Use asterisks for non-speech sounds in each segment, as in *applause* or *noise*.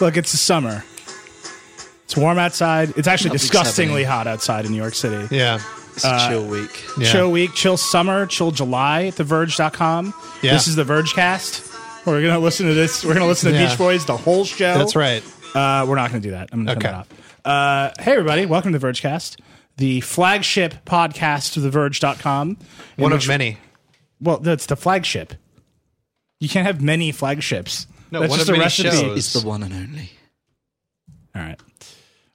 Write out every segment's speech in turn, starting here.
Look, it's the summer. It's warm outside. It's actually Nothing's disgustingly hot happening. outside in New York City. Yeah. It's Uh, a chill week. Yeah. Chill week, chill summer, chill July at theverge.com. Yeah. This is the Verge cast. We're going to listen to this. We're going to listen to Yeah. Beach Boys the whole show. That's right. Uh, we're not going to do that. I'm going to Okay. turn that off. Uh, hey, everybody. Welcome to the Vergecast, the flagship podcast of TheVerge.com. in One which- of many. Well, that's the flagship. You can't have many flagships. No, that's one just of a many recipe. shows. It's the one and only. All right.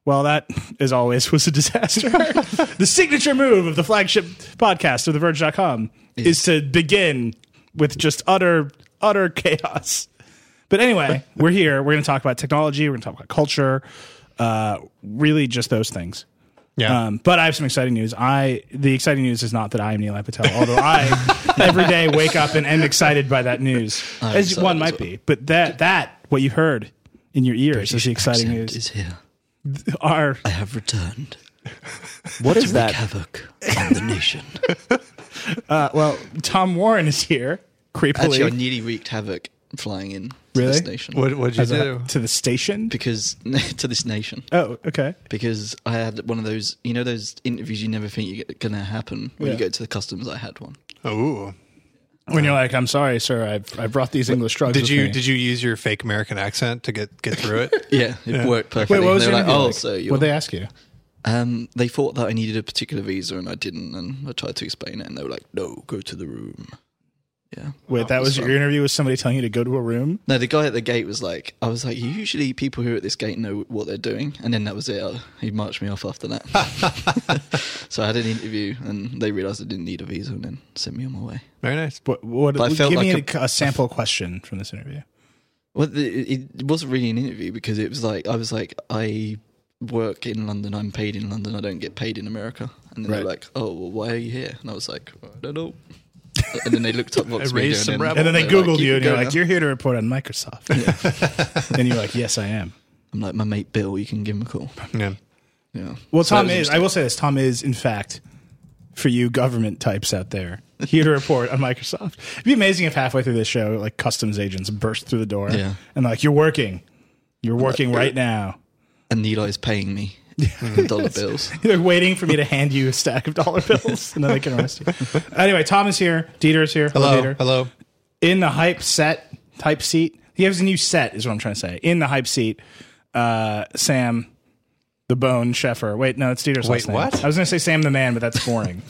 Well, that, as always, was a disaster. the signature move of the flagship podcast of TheVerge.com is to begin with just utter, utter chaos. But *laughs* anyway, we're here. We're going to talk about technology. We're going to talk about culture. Uh, really, just those things. Yeah. Um, but I have some exciting news. I the exciting news is not that I am Neil Patel, although *laughs* I every day wake up and am excited by that news, as excited one as might well. be. But that that what you heard in your ears is the exciting Accent news. is here. Our I have returned. What is Wreak that? havoc on *laughs* the nation. uh, *laughs* well, Tom Warren is here Actually, I creepily nearly wreaked havoc flying in to Really? this nation. what what'd you do? to the station. Because *laughs* to this nation, Oh, okay. because I had one of those, you know, those interviews you never think you're gonna happen when Yeah. you go to the customs. I had one. Ooh. When you're like, I'm sorry, sir, I've I brought these English drugs. Did with you me." did you use your fake American accent to get get through *laughs* it? Yeah, it worked perfectly. Wait, what was they your were like, interview "Oh, like? so you?" What'd they ask you? *laughs* um, they thought that I needed a particular visa and I didn't, and I tried to explain it, and they were like, "No, go to the room." Yeah. Wait, that was fun. your interview with somebody telling you to go to a room. No, the guy at the gate was like, I was like, usually people who are at this gate know what they're doing. And then that was it. Uh, He marched me off after that. *laughs* so I had an interview and they realized I didn't need a visa and then sent me on my way. Very nice. What? What? But I give felt me like Oh, a, a sample question from this interview. Well, the, it it wasn't really an interview because it was like, I was like, I work in London, I'm paid in London, I don't get paid in America. And then they were Right. like, oh, well, why are you here? And I was like, I don't know. And then they *laughs* looked up what I was raised doing some and- rebel. And then they they're like, Googled you, can and you're go like, now. "You're here to report on Microsoft." *laughs* and you're like, "Yes, I am." I'm like, my mate Bill, you can give him a call. Yeah. Yeah. Well, So that Tom was a is. I will say this: Tom is, in fact, for you government types out there, *laughs* here to report on Microsoft. It'd be amazing if halfway through this show, like customs agents burst through the door, Yeah. and like, "You're working, you're working right now." *laughs* and Eli is paying me in dollar bills. They're waiting for me to hand you a stack of dollar bills, and then they can arrest you. Anyway, Tom is here. Dieter is here. Hello. Dieter. Hello. in the hype set type seat. He has a new set, is what I'm trying to say. In the hype seat, uh, Sam the Bone Sheffer. Wait, no, it's Dieter's last Wait, name. what? I was going to say Sam the Man, but that's *laughs* boring.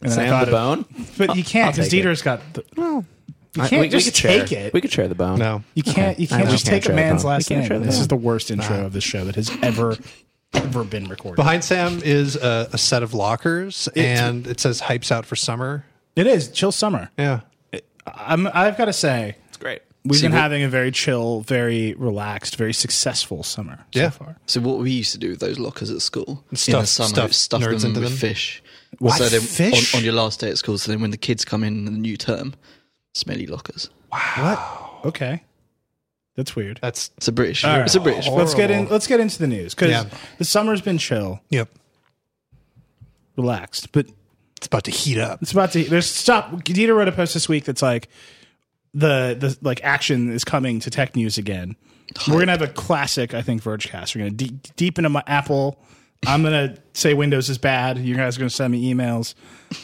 And then I Sam thought the of- bone? but you can't because take it. Dieter's got. The, you I- can't just could share. take it. We could share the bone. No. you can't. You I can't know, just we take can't a share the man's bone. last We can't name. share the This bone. is the worst intro of this show that has ever, ever been recorded. Behind Sam is a, a set of lockers and it says hypes out for summer. It is chill summer. Yeah. I'm, I've got to say, It's great. we've See, been we- having a very chill, very relaxed, very successful summer Yeah. so far. So what we used to do with those lockers at school in Stuff- the summer, stuff is stuff nerds them into with them? fish. What? So then Fish? On, on your last day at school, so then when the kids come in in the new term, smelly lockers. Okay, that's weird. That's It's a British. All right. Oh. It's a British. Horrible. Let's get in. Let's get into the news because Yeah. the summer's been chill, yep. relaxed, but It's about to heat up. it's about to. There's stop. Dieter wrote a post this week that's like the the like action is coming to tech news again. We're gonna have a classic, I think, Vergecast. We're gonna de- deep into my Apple. I'm gonna say Windows is bad. You guys are gonna send me emails.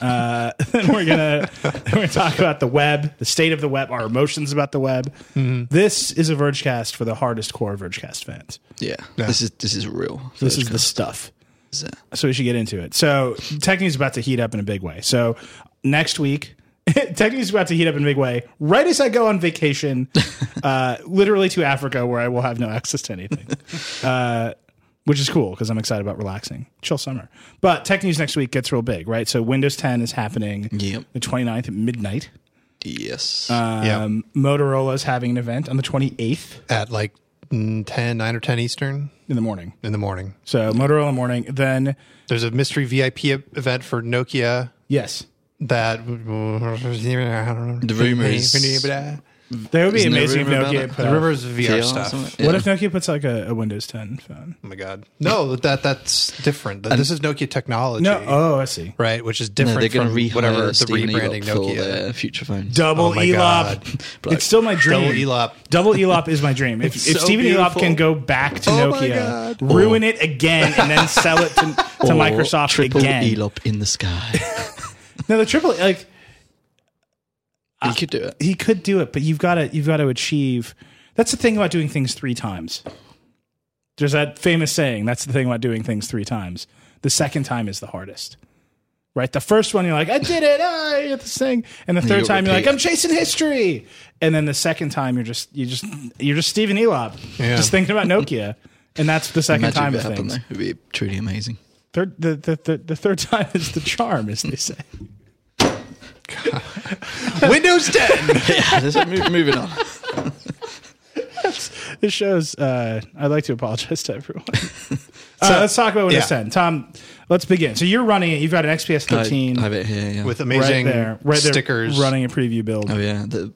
Uh, *laughs* then we're gonna we're gonna talk about the web, the state of the web, our emotions about the web. Mm-hmm. This is a Vergecast for the hardest core Vergecast fans. Yeah. This is this is real. This is the stuff. This is- so we should get into it. So tech news is about to heat up in a big way. So next week, *laughs* tech news is about to heat up in a big way. Right as I go on *laughs* vacation, uh, literally to Africa, where I will have no access to *laughs* anything, uh, which is cool because I'm excited about relaxing, chill summer. But tech news next week gets real big, right? So Windows 10 is happening Yep. the 29th at midnight. Yes. yeah. Um, Motorola is having an event on the 28th At like mm, 10, 9 or 10 Eastern in the morning. in the morning. So Motorola morning. Then There's a mystery VIP e- event for Nokia yes, *laughs* that I don't know. The rumor is- That would be Isn't there amazing if rumor about Nokia it? put The out- rumors of VR VR or stuff. something? What Yeah. if Nokia puts like a, a Windows 10 phone? Oh my god. No, that that's different. this is Nokia technology, No. Oh, I see. right? Which is No, different they're going from to rehire whatever the Stephen rebranding Elop for Nokia. their future phones. Double Oh my God. Elop. Like, it's still my dream. Double *laughs* Elop. Double Elop is my dream. If, It's if so Stephen Elop beautiful. can go back to Oh my Nokia, God. Oh. ruin it again, and then sell it to, to Or Microsoft triple again. Elop in the sky. No, the triple like you could do it. he could do it, but you've got to you've got to achieve. That's the thing about doing things three times. There's that famous saying. That's the thing about doing things three times. The second time is the hardest. Right, the first one you're like, I did it, ah, I got this thing, and the third you time you're like, repeat. I'm chasing history, and then the second time you're just you just you're just Stephen Elop, Yeah. just thinking about Nokia, and that's the second Imagine time if of it happened things. though. It'd be truly amazing. *laughs* Third, the, the, the, the third *laughs* time is the charm, as they say. Windows 10. yeah, this- move- moving on. this shows uh, i'd like to apologize to everyone so let's talk about windows yeah. 10 tom let's begin so you're running it you've got an xps I, 13 I have it here. Yeah. with right amazing there right there stickers. running a preview build oh yeah, the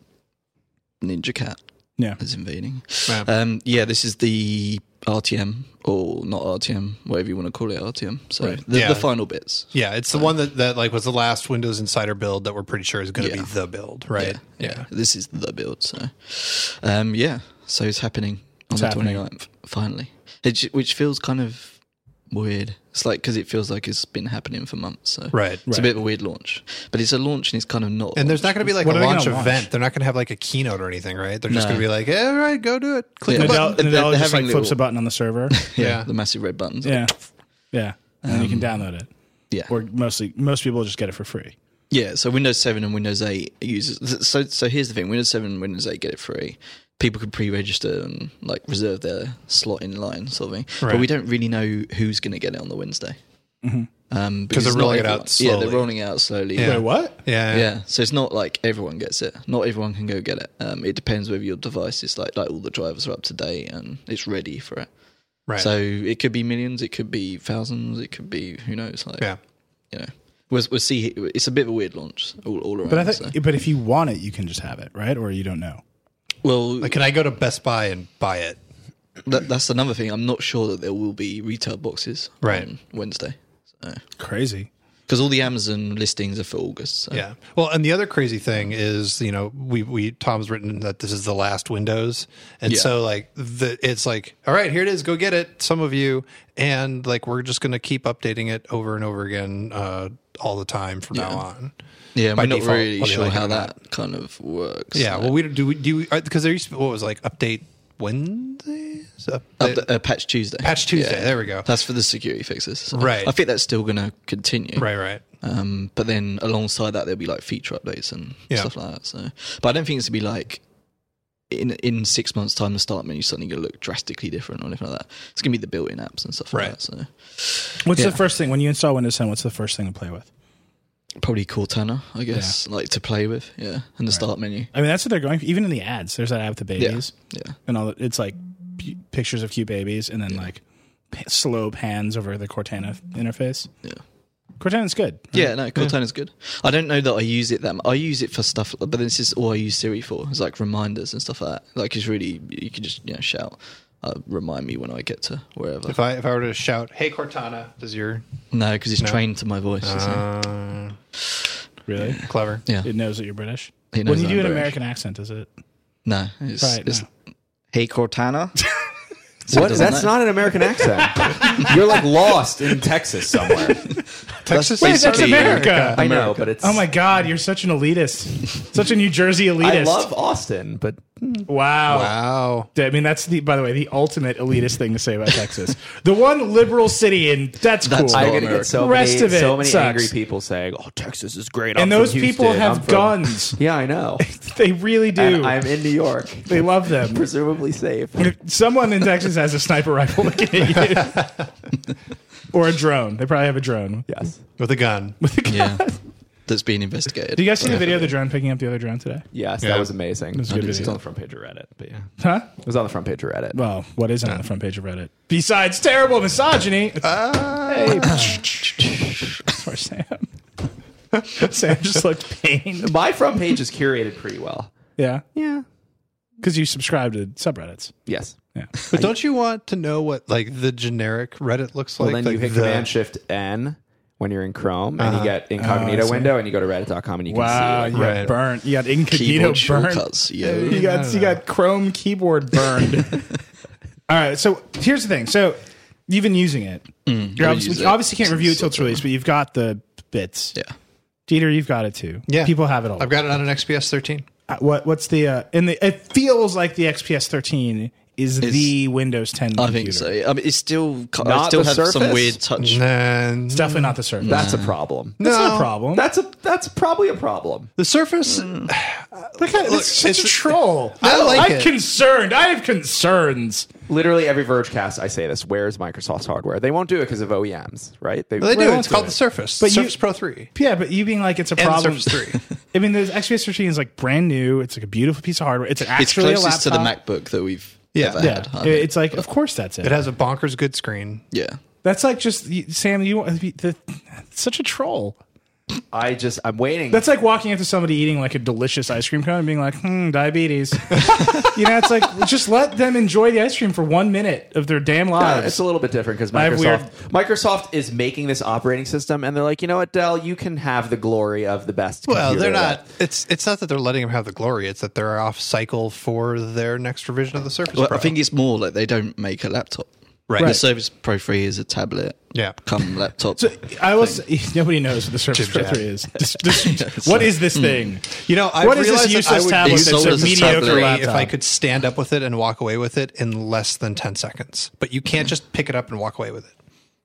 Ninja Cat yeah is invading. Yeah. Um, yeah, this is the RTM or not RTM, whatever you want to call it, RTM. So the, Yeah. the final bits. Yeah, it's the one that, that like was the last Windows Insider build that we're pretty sure is going to Yeah. be the build, right? Yeah. This is the build. So, um, yeah. So it's happening on It's the happening. 29th, finally. It, ju- which feels kind of weird. It's like, because it feels like it's been happening for months. So Right. It's a bit of a weird launch. But it's a launch and it's kind of not. And there's not going to be like What a are they launch gonna event. launch? They're not going to have like a keynote or anything, right? They're just No. going to be like, "Yeah, all right, go do it. Click Yeah. the button." Nadella, But they're- Nadella they're just like having flips little- a button on the server *laughs* yeah, yeah. The massive red buttons. yeah yeah and then you can download it Yeah. or mostly most people just get it for free Yeah, so Windows 7 and Windows 8 uses so so here's the thing, Windows 7 and Windows 8 get it free. People could pre-register and like reserve their slot in line sort of thing. But Right. Mm-hmm. we don't really know who's going to get it on the Wednesday. Um, they're it's not rolling it out everyone- Yeah, slowly. they're rolling it out slowly. Yeah. wait what Yeah, Yeah. so it's not like everyone gets it. Not everyone can go get it. Um, it depends whether your device is like like all the drivers are up to date and it's ready for it. right. So it could be millions, it could be thousands, it could be who knows. Like yeah, you know, we'll, we'll see. It's a bit of a weird launch all, all around. but i so. think but if you want it you can just have it right or you don't know Well, like, can I go to Best Buy and buy it? that, that's another thing. I'm not sure that there will be retail boxes Right. on Wednesday. Because crazy all the Amazon listings are for August. So. Yeah. Well, and the other crazy thing is, you know, we we Tom's written that this is the last Windows, and Yeah. so like the it's like, all right, here it is, go get it, some of you, and like we're just gonna keep updating it over and over again, uh, all the time from now on. Yeah, By we're not default, really whether you sure like it how or that kind of works. Yeah. So. Well, we don't- do we do because there used to be, what was it, like update Wednesdays, Up Update- the- uh, Patch Tuesday. Patch Tuesday, there we go. That's for the security fixes. So Right. I think that's still going to continue. right, right. Um, but then alongside that, there'll be like feature updates and Yeah. stuff like that. So, but I don't think it's gonna be like in in six months' time, the start menu suddenly gonna look drastically different or anything like that. It's gonna be the built-in apps and stuff like Right. that. So, what's Yeah. the first thing when you install windows 10 what's the first thing to play with probably Cortana, I guess, like to play with, yeah, and the start menu. i mean that's what they're going for even in the ads there's that ad with the Yeah, babies yeah, and all that. It's like p- pictures of cute babies and then like p- slow pans over the Cortana f- interface. yeah. Cortana's good. right? Yeah, no, Cortana's good. I don't know that I use it that much. I use it for stuff, but this is all I use Siri for. It's like reminders and stuff like that. Like it's really, you can just you know shout, uh, remind me when I get to wherever. If I if I were to shout, "Hey Cortana," does your no, because it's trained to my voice. you see. uh, Really? clever? yeah. It knows that you're British. It knows when you that do I'm an British. American accent, is it? No, it's, Try it it's now. hey Cortana. So it What? doesn't That's know. not an American accent. *laughs* You're like lost in Texas somewhere. Texas Wait, is that's pretty- America. I know, but it's. Oh my God, you're such an elitist. such a New Jersey elitist. I love Austin, but wow. Wow. I mean, that's the, by the way, the ultimate elitist thing to say about Texas. the one liberal city, and that's, cool. That's not I'm gonna America. get so Rest many, of it so many sucks. angry people saying, "Oh, Texas is great," I'm and those from people Houston, have I'm from-" *laughs* guns. Yeah, *laughs* I know. They really do. And I'm in New York, *laughs* they love them. presumably safe. If someone in Texas has a sniper rifle looking at *laughs* you, or a drone. They probably have a drone. *laughs* Yes. With a gun. Yeah, that's being investigated. Uh, Did you guys see the video of the drone picking up the other drone today? Yes, Yeah. that was amazing. was a good It was video. on the front page of Reddit, but yeah, it Huh? was on the front page of Reddit. Well, what isn't on the front page of Reddit? Besides terrible *laughs* misogyny. Hey. *laughs* Poor Sam. *laughs* Sam just looked pained. My front page is curated pretty well. Yeah. Yeah. because you subscribe to subreddits. Yes. Yeah. But don't you want to know what like the generic Reddit looks Well, like? then like you hit the- Command Shift N when you're in Chrome, and you get Oh, incognito I see. window, and you go to Reddit.com, and you can Wow, see. you like, got Right. burnt. You got incognito Keyboard burnt. shortcuts, yo. You got you got Chrome keyboard burned. All right, so here's the thing. So you've been using it. You're obviously, use it obviously can't since review it till it's released, but you've got the bits. Yeah. Dieter, you've got it too. Yeah. people have it all. I've got it on an XPS 13. Uh, what what's the uh, and the it feels like the XPS 13 is the Windows 10. I Computer. think so. I mean, it's still. I Not still the have some Surface? weird touch. Nah, It's definitely not the Surface. That's a problem. That's not No. a problem. That's a that's probably a problem. the Surface. Mm. Look at it's such a troll. I like I'm it. concerned. I have concerns. Literally every Vergecast, I say this. Where's Microsoft's hardware? They won't do it because of OEMs, right? They Well, do. I It's do called it. the Surface. But you- Surface Pro 3. Yeah, but you being like it's a And problem. Surface 3. *laughs* I mean, the XPS 13 is like brand new. It's like a beautiful piece of hardware. It's It's actually a closest laptop. to the MacBook that we've Yeah. ever Yeah, had. I mean, it's like of course that's it. It has a bonkers good screen. yeah. that's like just you- Sam. You want the, the, such a troll. I just I'm waiting. That's like walking up to somebody eating like a delicious ice cream cone and being like, "Hmm, diabetes." *laughs* you know, it's like just let them enjoy the ice cream for one minute of their damn Uh, lives. it's a little bit different because have weird- Microsoft Microsoft is making this operating system, and they're like, you know what, Dell, you can have the glory of the best. Well, computer they're that- not. It's it's not that they're letting them have the glory. It's that they're off cycle for their next revision of the Surface Well, Pro. I think it's more like they don't make a laptop. Right. The Surface Pro 3 is a tablet. Yeah. Come laptop. I was *laughs* nobody knows what the Surface Jib Pro jab. 3 is. This- this- what is this thing? You know, I What is this realized that useless I would tablet be that's so a mediocre mediocre if laptop? I could stand up with it and walk away with it in less than ten seconds. But you can't just pick it up and walk away with it.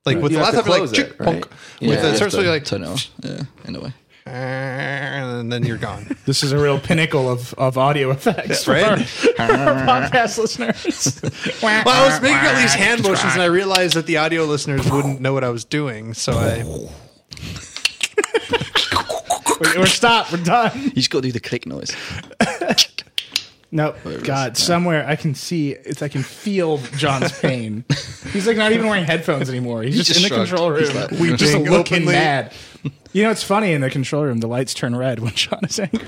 Like with You the have to laptop, you're like close chick, it, right? bonk. Yeah, with you the have Surface, to you're like, turn it off. Yeah, in a way. *laughs* and then you're gone. This is a real pinnacle of, of audio *laughs* effects for, Right. our, for our podcast listeners. *laughs* well, Well, I was making all these hand motions, and I realized that the audio listeners wouldn't know what I was doing. So I, We're, we're stopped. We're done. You just got to do the click noise. Nope. God, somewhere I can see. It's I can feel *laughs* John's pain. He's like not even wearing headphones anymore. He's just, just in the shrugged. control room, He's like, we just weeping looking openly. mad. You know, it's funny in the control room. The lights turn red when John is *laughs* angry.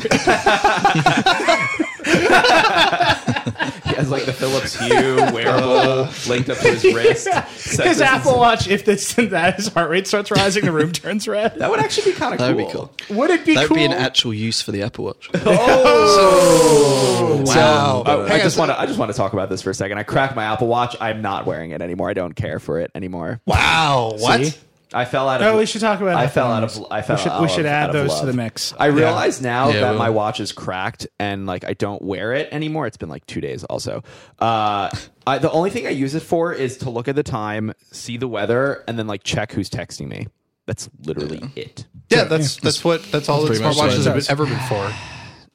He has like the Philips Hue wearable linked up to his wrist. Says His this Apple Watch, if this *laughs* and that, his heart rate starts rising, the *laughs* room turns red. That would actually be kind of cool. That would be cool. Would it be That would cool? Oh! be *laughs* an actual use for the Apple Watch. *laughs* wow. Oh, I Hang on, just so- want to. I just want to talk about this for a second. I cracked my Apple Watch. I'm not wearing it anymore. I don't care for it anymore. wow, what? See? I fell out of. Oh, we should talk about I Apple fell out ones. of. I fell We should- out we should of- add out of those to love. the mix. I realize now Yeah, that we my will. watch is cracked and like I don't wear it anymore. It's been like two days. Also, uh, I, the only thing I use it for is to look at the time, see the weather, and then like check who's texting me. That's literally it. Yeah, that's that's what that's all that pretty much smartwatches have what it been- ever been for.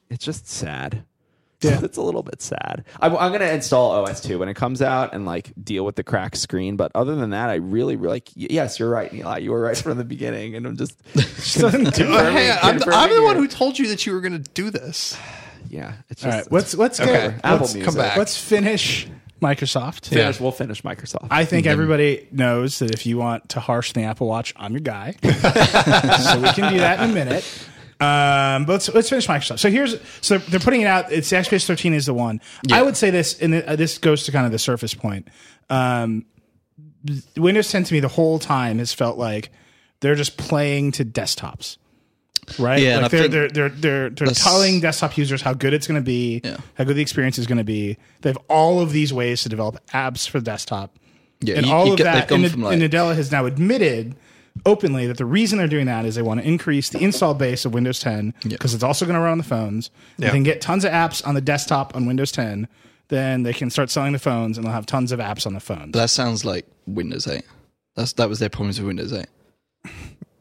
It's just sad. *laughs* Yeah. it's a little bit sad. I'm, I'm gonna install OS two when it comes out and like deal with the cracked screen. But other than that, I really, really like. y- Yes, you're right, Eli. You were right *laughs* from the beginning, and *laughs* I'm just. She doesn't *laughs* do it. But hang on, I'm, the, I'm confirming the one here. who told you that you were going to do this. Yeah, it's All just. right, let's let's go. Okay, Apple let's Music. come back. Let's finish Microsoft. Yeah. finish. We'll finish Microsoft. I think everybody knows that if you want to harsh the Apple Watch, I'm your *laughs* guy. so we can do that in a minute. Um, but let's, let's finish Microsoft. So here's so they're putting it out. It's the XPS 13 is the one. I would say this, and uh, this goes to kind of the surface point. Um, Windows 10 to me the whole time has felt like they're just playing to desktops. Right, Yeah, and I like they're, think they're they're they're they're telling desktop users how good it's going to be, Yeah. how good the experience is going to be. They have all of these ways to develop apps for the desktop, Yeah, and you- all you of get- that. they've gone And, from, Ad- like- and Adela has now admitted openly that the reason they're doing that is they want to increase the install base of Windows 10 because it's also going to run on the phones. They Yeah. can get tons of apps on the desktop on Windows 10. Then they can start selling the phones, and they'll have tons of apps on the phones. But that sounds like Windows 8. That's that was their problems with Windows 8.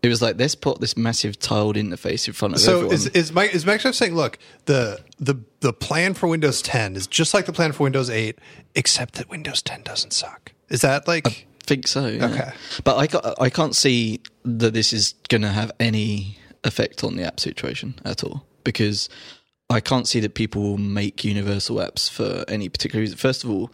It was like let's put this massive tiled interface in front of So everyone. is is Mike is Microsoft saying, look, the the the plan for Windows 10 is just like the plan for Windows 8, except that Windows 10 doesn't suck. Is that Uh, like think so. yeah. Okay. but I ca- I can't see that this is going to have any effect on the app situation at all because I can't see that people will make universal apps for any particular reason. First of all,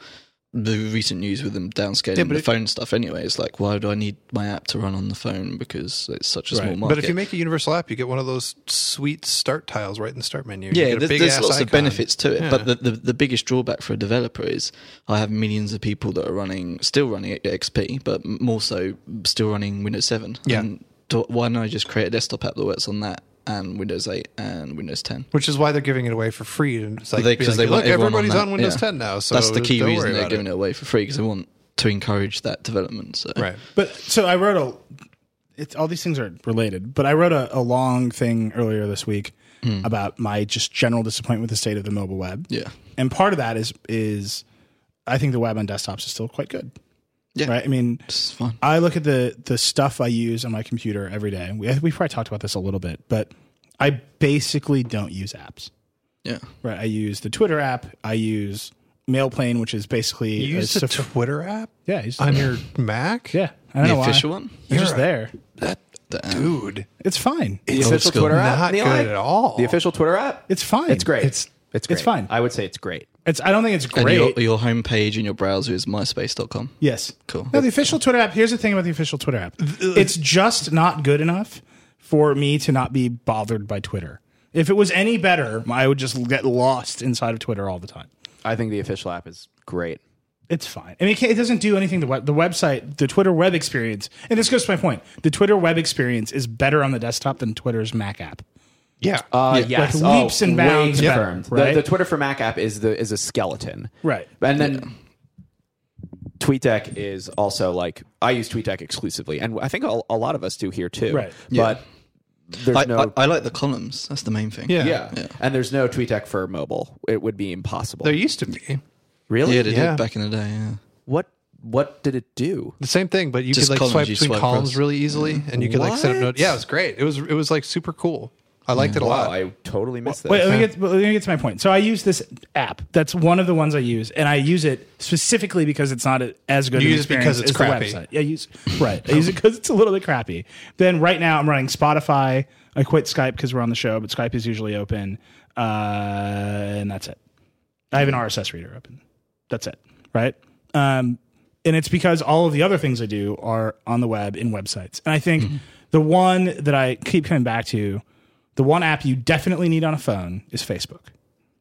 the recent news with them downscaling but the it- phone stuff anyway. It's like, why do I need my app to run on the phone because it's such a small Right. market? But if you make a universal app, you get one of those sweet start tiles right in the start menu. You yeah, get a there's, big there's ass lots of icon. benefits to it, Yeah. but the, the the biggest drawback for a developer is I have millions of people that are running, still running XP, but m- more so still running Windows Seven. Yeah. And do, why don't I just create a desktop app that works on that and Windows Eight and Windows Ten? Which is why they're giving it away for free. And it's like, They- be 'cause like, they look, want everyone everybody's that. on, Windows Yeah. 10 now. So that's the key don't reason worry they're about giving it. away for free because they want to encourage that development. So Right. But so I wrote a. It's all these things are related, but I wrote a, a long thing earlier this week about my just general disappointment with the state of the mobile web. Hmm. yeah, and part of that is is I think the web on desktops is still quite good. Yeah. Right. I mean, it's fine. I look at the the stuff I use on my computer every day. We I think we probably talked about this a little bit, but I basically don't use apps. Yeah, Right. I use the Twitter app. I use Mailplane, which is basically You use a the Saf- Twitter app yeah, I use- on your Mac? yeah. I don't the know why. official one. It's just You're a- there. That dude. It's fine. The Old official school. Twitter app. Not Neil, good I- at all. The official Twitter app. It's fine. It's great. It's it's it's great. fine. I would say it's great. it's I don't think it's And great. your your homepage and your browser is myspace.com. Yes. Cool. No, the official Twitter app. Here's the thing about the official Twitter app. It's just not good enough for me to not be bothered by Twitter. If it was any better, I would just get lost inside of Twitter all the time. I think the official app is great. It's fine. I mean, it can't- it doesn't do anything. The web, the website, the Twitter web experience, and this goes to my point. The Twitter web experience is better on the desktop than Twitter's Mac app. Yeah. Uh, yes, Like leaps and way bounds better, confirmed. The- right? The, Twitter for Mac app is the is a skeleton, Right. And then TweetDeck is also like I use TweetDeck exclusively, and I think a, a lot of us do here too. Right. But there's I, no I, I like the columns. That's the main thing. Yeah. yeah. and there's no TweetDeck for mobile. It would be impossible. there used to be. really? yeah, they Yeah. did back in the day. Yeah. What what did it do? The same thing, but you Just could like columns, swipe you between swipe columns across. really easily, and you could like set up. What? Note- yeah, it was great. It was it was like super cool. I Mm, liked it a lot. Wow, Oh, I totally missed that. Wait, let me, get, let me get to my point. So I use this app. That's one of the ones I use, and I use it specifically because it's not a- as good. You an use it because experience it's as the crappy. website. I use right. I use it because it's a little bit crappy. Then right now I'm running Spotify. I quit Skype because we're on the show, but Skype is usually open, uh, and that's it. I have an RSS reader open. That's it, right? Um, and it's because all of the other things I do are on the web in websites. And I think the one that I keep coming back to, the one app you definitely need on a phone is Facebook.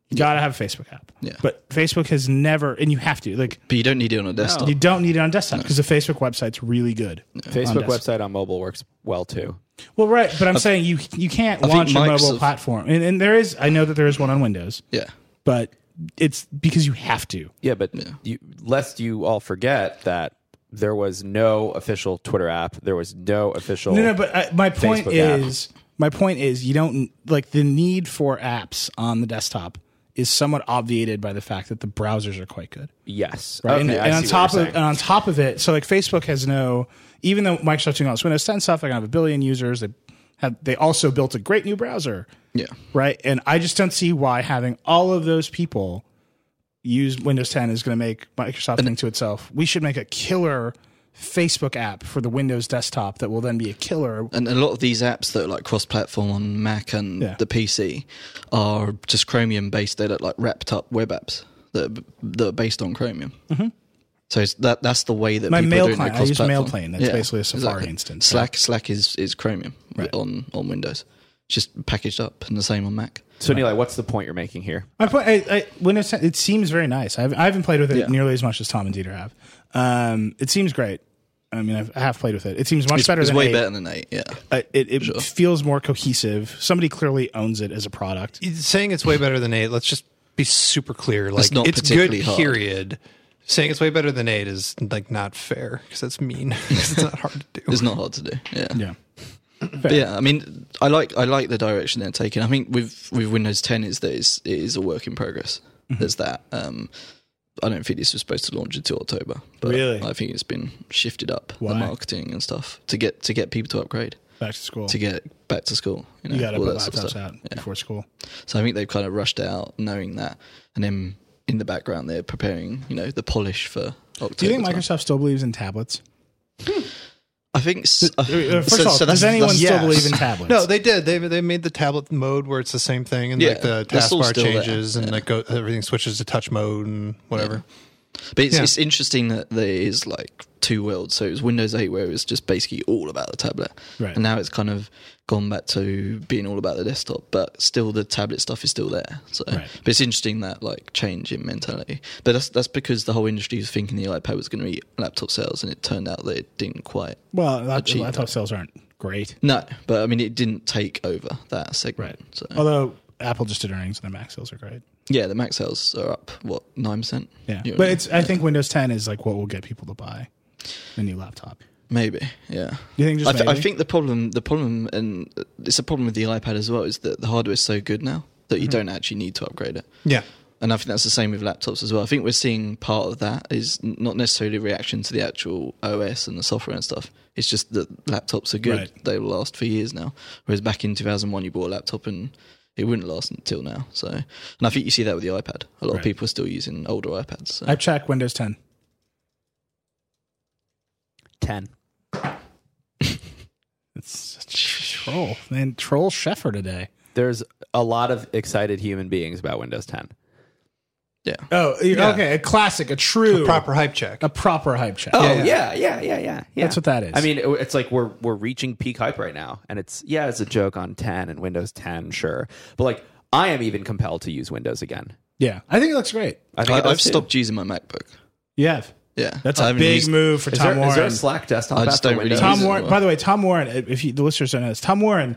You gotta have a Facebook app. Yeah. But Facebook has never, and you have to like. But you don't need it on a desktop. You don't need it on desktop because the Facebook website's really good. Facebook On desk. website on mobile works well too. Well, right, but I'm saying you you can't think launch a mobile Microsoft- platform, and, and there is I know that there is one on Windows, Yeah. but it's because you have to. Yeah, but you, lest you all forget that there was no official Twitter app. There was no official. No, no, but I, my point Oh. Facebook app. is, my point is, you don't like the need for apps on the desktop is somewhat obviated by the fact that the browsers are quite good. yes, Right? and, Okay, I and on see what top you're of saying. and on top of it, so like Facebook has no, even though Microsoft's doing all this Windows 10 stuff, they're gonna have a billion users. They have they also built a great new browser, Yeah. right? And I just don't see why having all of those people use Windows 10 is going to make Microsoft think to itself, we should make a killer Facebook app for the Windows desktop that will then be a killer And a lot of these apps that are like cross platform on Mac and Yeah. the PC are just Chromium based. They're like wrapped up web apps that are, that are based on Chromium. Mm-hmm. So it's that that's the way that My people mail are doing client- their I use cross-platform. Mailplane. That's basically a Safari instance, so- Slack Slack is, is Chromium on, on Windows. It's just packaged up and the same on Mac. so, Neil, what's the point you're making here? My point, I, I, Windows 10, it seems very nice. I haven't, I haven't played with it Yeah. nearly as much as Tom and Dieter have. Um, it seems great. I mean, I've, I have played with it. It seems much It's, better it's than way eight. better than eight. Yeah. Uh, it it feels more cohesive. Somebody clearly owns it as a product. saying it's way better than eight. Let's just be super clear. Like not it's good. particularly hard. Period. Saying it's way better than eight is like not fair because that's mean. *laughs* 'Cause it's not hard to do. It's not hard to do. Yeah. But yeah, I mean, I like I like the direction they're taking. I think with with Windows 10 is that it's, it is a work in progress. Mm-hmm. There's that. Um, I don't think this was supposed to launch until October, but Really? I think it's been shifted up Why? the marketing and stuff to get to get people to upgrade Back to school. to get back to school. You, know, you got to all put that sort of laptops stuff. out before school. So I think they've kind of rushed out knowing that, and then in the background they're preparing, you know, the polish for October. Do you think time. Microsoft still believes in tablets? I think s- Uh, First so- of all, so that's- does anyone that's- still yes. believe *laughs* in tablets? No, they did. They they made the tablet mode where it's the same thing, and Yeah, like the that's all taskbar still there. changes, and like go, everything switches to touch mode and whatever. But it's, Yeah. it's interesting that there is like two worlds. So it was Windows 8 where it was just basically all about the tablet. Right. And now it's kind of gone back to being all about the desktop, but still the tablet stuff is still there. So Right. but it's interesting that like change in mentality. But that's that's because the whole industry was thinking the iPad was gonna be laptop sales and it turned out that it didn't quite Well, lap- Achieve laptop sales aren't great. No, but I mean it didn't take over that segment. So Although Apple just did earnings and the Mac sales are great. yeah, the Mac sales are up what, nine percent? Yeah. but it's I think Windows 10 is like what will get people to buy a new laptop. Maybe, yeah. You think just I, th- I maybe? think the problem, the problem, and it's a problem with the iPad as well, is that the hardware is so good now that Mm-hmm. you don't actually need to upgrade it. Yeah. And I think that's the same with laptops as well. I think we're seeing part of that is n- not necessarily a reaction to the actual OS and the software and stuff. It's just that laptops are good; Right. they will last for years now. Whereas back in 2001, you bought a laptop and it wouldn't last until now. So, and I think you see that with the iPad. A lot Right. of people are still using older iPads. So. I check Windows 10. Ten. It's such a troll. Man, troll Sheffer today. There's a lot of excited human beings about Windows 10. yeah. Oh, you- Yeah. okay. A classic, a true, Proper hype check. a proper hype check. Oh yeah. yeah, yeah, yeah, yeah, yeah. That's what that is. I mean, it- it's like we're we're reaching peak hype right now, and it's yeah, it's a joke on 10 and Windows 10, sure, but like I am even compelled to use Windows again. Yeah. I think it looks great. I think I, it does I've too. stopped using my MacBook. You have. Yeah, That's I a haven't big used- move for Is Tom there, is Warren. there a Slack desktop I app just for don't really use Windows? Tom it. Warren. well. By the way, Tom Warren. If you, the listeners don't know this, Tom Warren,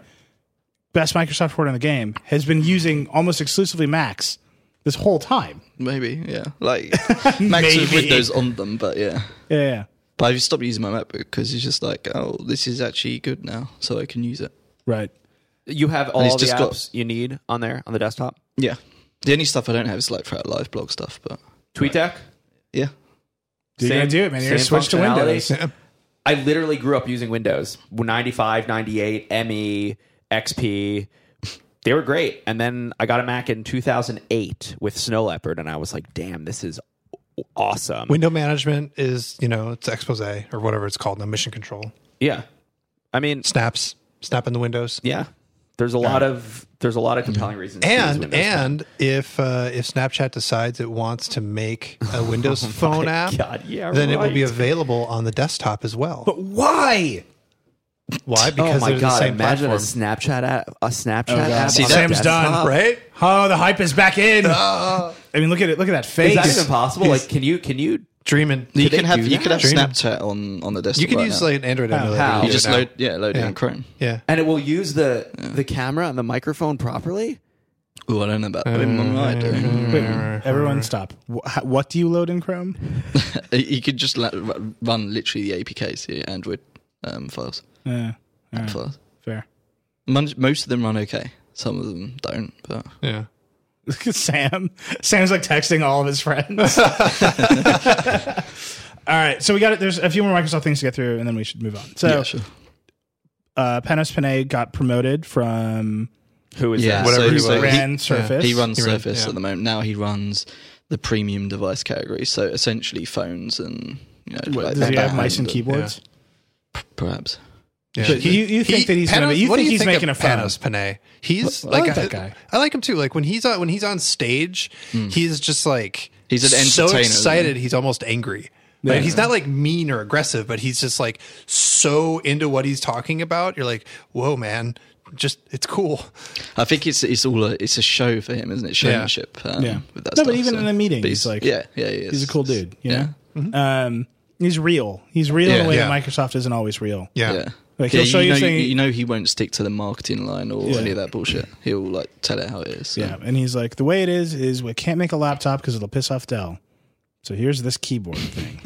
best Microsoft word in the game, has been using almost exclusively Macs this whole time. Maybe, yeah. *laughs* Like Macs with Maybe. Windows on them, but yeah. Yeah, yeah. But I've stopped using my MacBook because it's just like, oh, this is actually good now, so I can use it. right. You have all it's the just apps got- you need on there on the desktop. Yeah. The only stuff I don't have is like for our live blog stuff, but TweetDeck. yeah. You're gonna Same- do it, man. You're gonna same switch to functionality. Windows. *laughs* I literally grew up using Windows 95, 98, ME, XP. E, They were great. And then I got a Mac in 2008 with Snow Leopard, and I was like, damn, this is awesome. Window management is, you know, it's expose or whatever it's called now, mission control. yeah. I mean, Snaps, snapping the windows. yeah. There's a lot of there's a lot of compelling reasons. to use And Windows and if uh, if Snapchat decides it wants to make *laughs* a Windows phone app, *laughs* Oh God, yeah, then it will be right. available on the desktop as well. But why? Why? 10. Because oh my they're the god! same Imagine platform, a Snapchat app, a Snapchat app. See, on a Sam's desktop. done. right? Oh, the hype is back in. I mean, look at it. Look at that face. Is that even possible? Like, can you can you Dreaming. You they can have do you that? could have Dreaming. Snapchat on on the desktop. You can right use now. like an Android emulator. how? to you do just it now. load yeah load it in Chrome. Yeah. and it will use the the camera and the microphone properly? Oh, I don't know about Um, I do. Wait, everyone, stop. Wh- how- What do you load in Chrome? You could just la- ru- run literally the APKs, the Android um, files. Uh, all right, files. fair. *laughs* Mon- Most of them run okay. Some of them don't, but Yeah. Look at Sam. Sam's like texting all of his friends. all right, so we got it. There's a few more Microsoft things to get through, and then we should move on. So, yeah, sure. uh, Panos Panay got promoted from Who is Yeah, that? Whatever so, he so was. ran he, Surface. he runs He ran- Surface yeah. at the moment. Now he runs the premium device category, so essentially phones and you know, like Does he have that mice and and- keyboards? Perhaps. Yeah. But you, you think that he's gonna, Panos- be- you what do think he's think making a of phone? Panos Panay. He's I like, like I- that guy. Mm. I like him too. Like when he's on when he's on stage, he's just like He's an so entertainer, excited. isn't He's almost angry. Like, He's not like mean or aggressive, but he's just like so into what he's talking about. You're like, whoa, man, just it's cool. I think it's it's all a, it's a show for him, isn't it? Yeah. Showmanship. Um, Yeah. With that No, but stuff, even so. in a meeting, But he's like- yeah, yeah, he is. He's a cool dude. You Yeah. know? Um, he's real. He's real in Yeah. a way Yeah. that Microsoft isn't always real. Yeah. Yeah. Like, yeah, he'll show you you know, thing- you know he won't stick to the marketing line or Yeah. any of that bullshit. He'll like tell it how it is. so. Yeah, and he's like, the way it is is we can't make a laptop because it'll piss off Dell. So here's this keyboard *laughs* thing.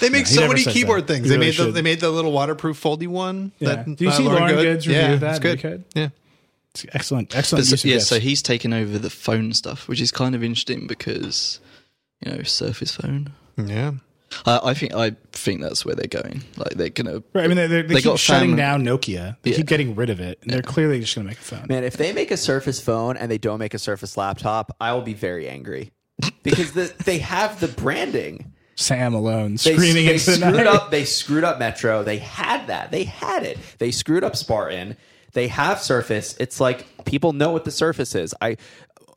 They make he so never many says keyboard that. things. He they really made the, should. they made the little waterproof foldy one. Yeah. That, Do you by see Lauren Good's review yeah, of that It's in the good. Code? Yeah. It's excellent, excellent. But so, use of yeah, gifs. so he's taken over the phone stuff, which is kind of interesting because you know Surface Phone. Yeah. I, I think I think that's where they're going. Like they're gonna. Right, I mean, they, they, they They keep got shutting fam- down Nokia. They Yeah. keep getting rid of it. And They're clearly just going to make a phone. Man, if they make a Surface phone and they don't make a Surface laptop, I will be very angry because the, they have the branding. Sam alone They, screaming they into the screwed night. up. They screwed up Metro. They had that. They had it. They screwed up Spartan. They have Surface. It's like people know what the Surface is. I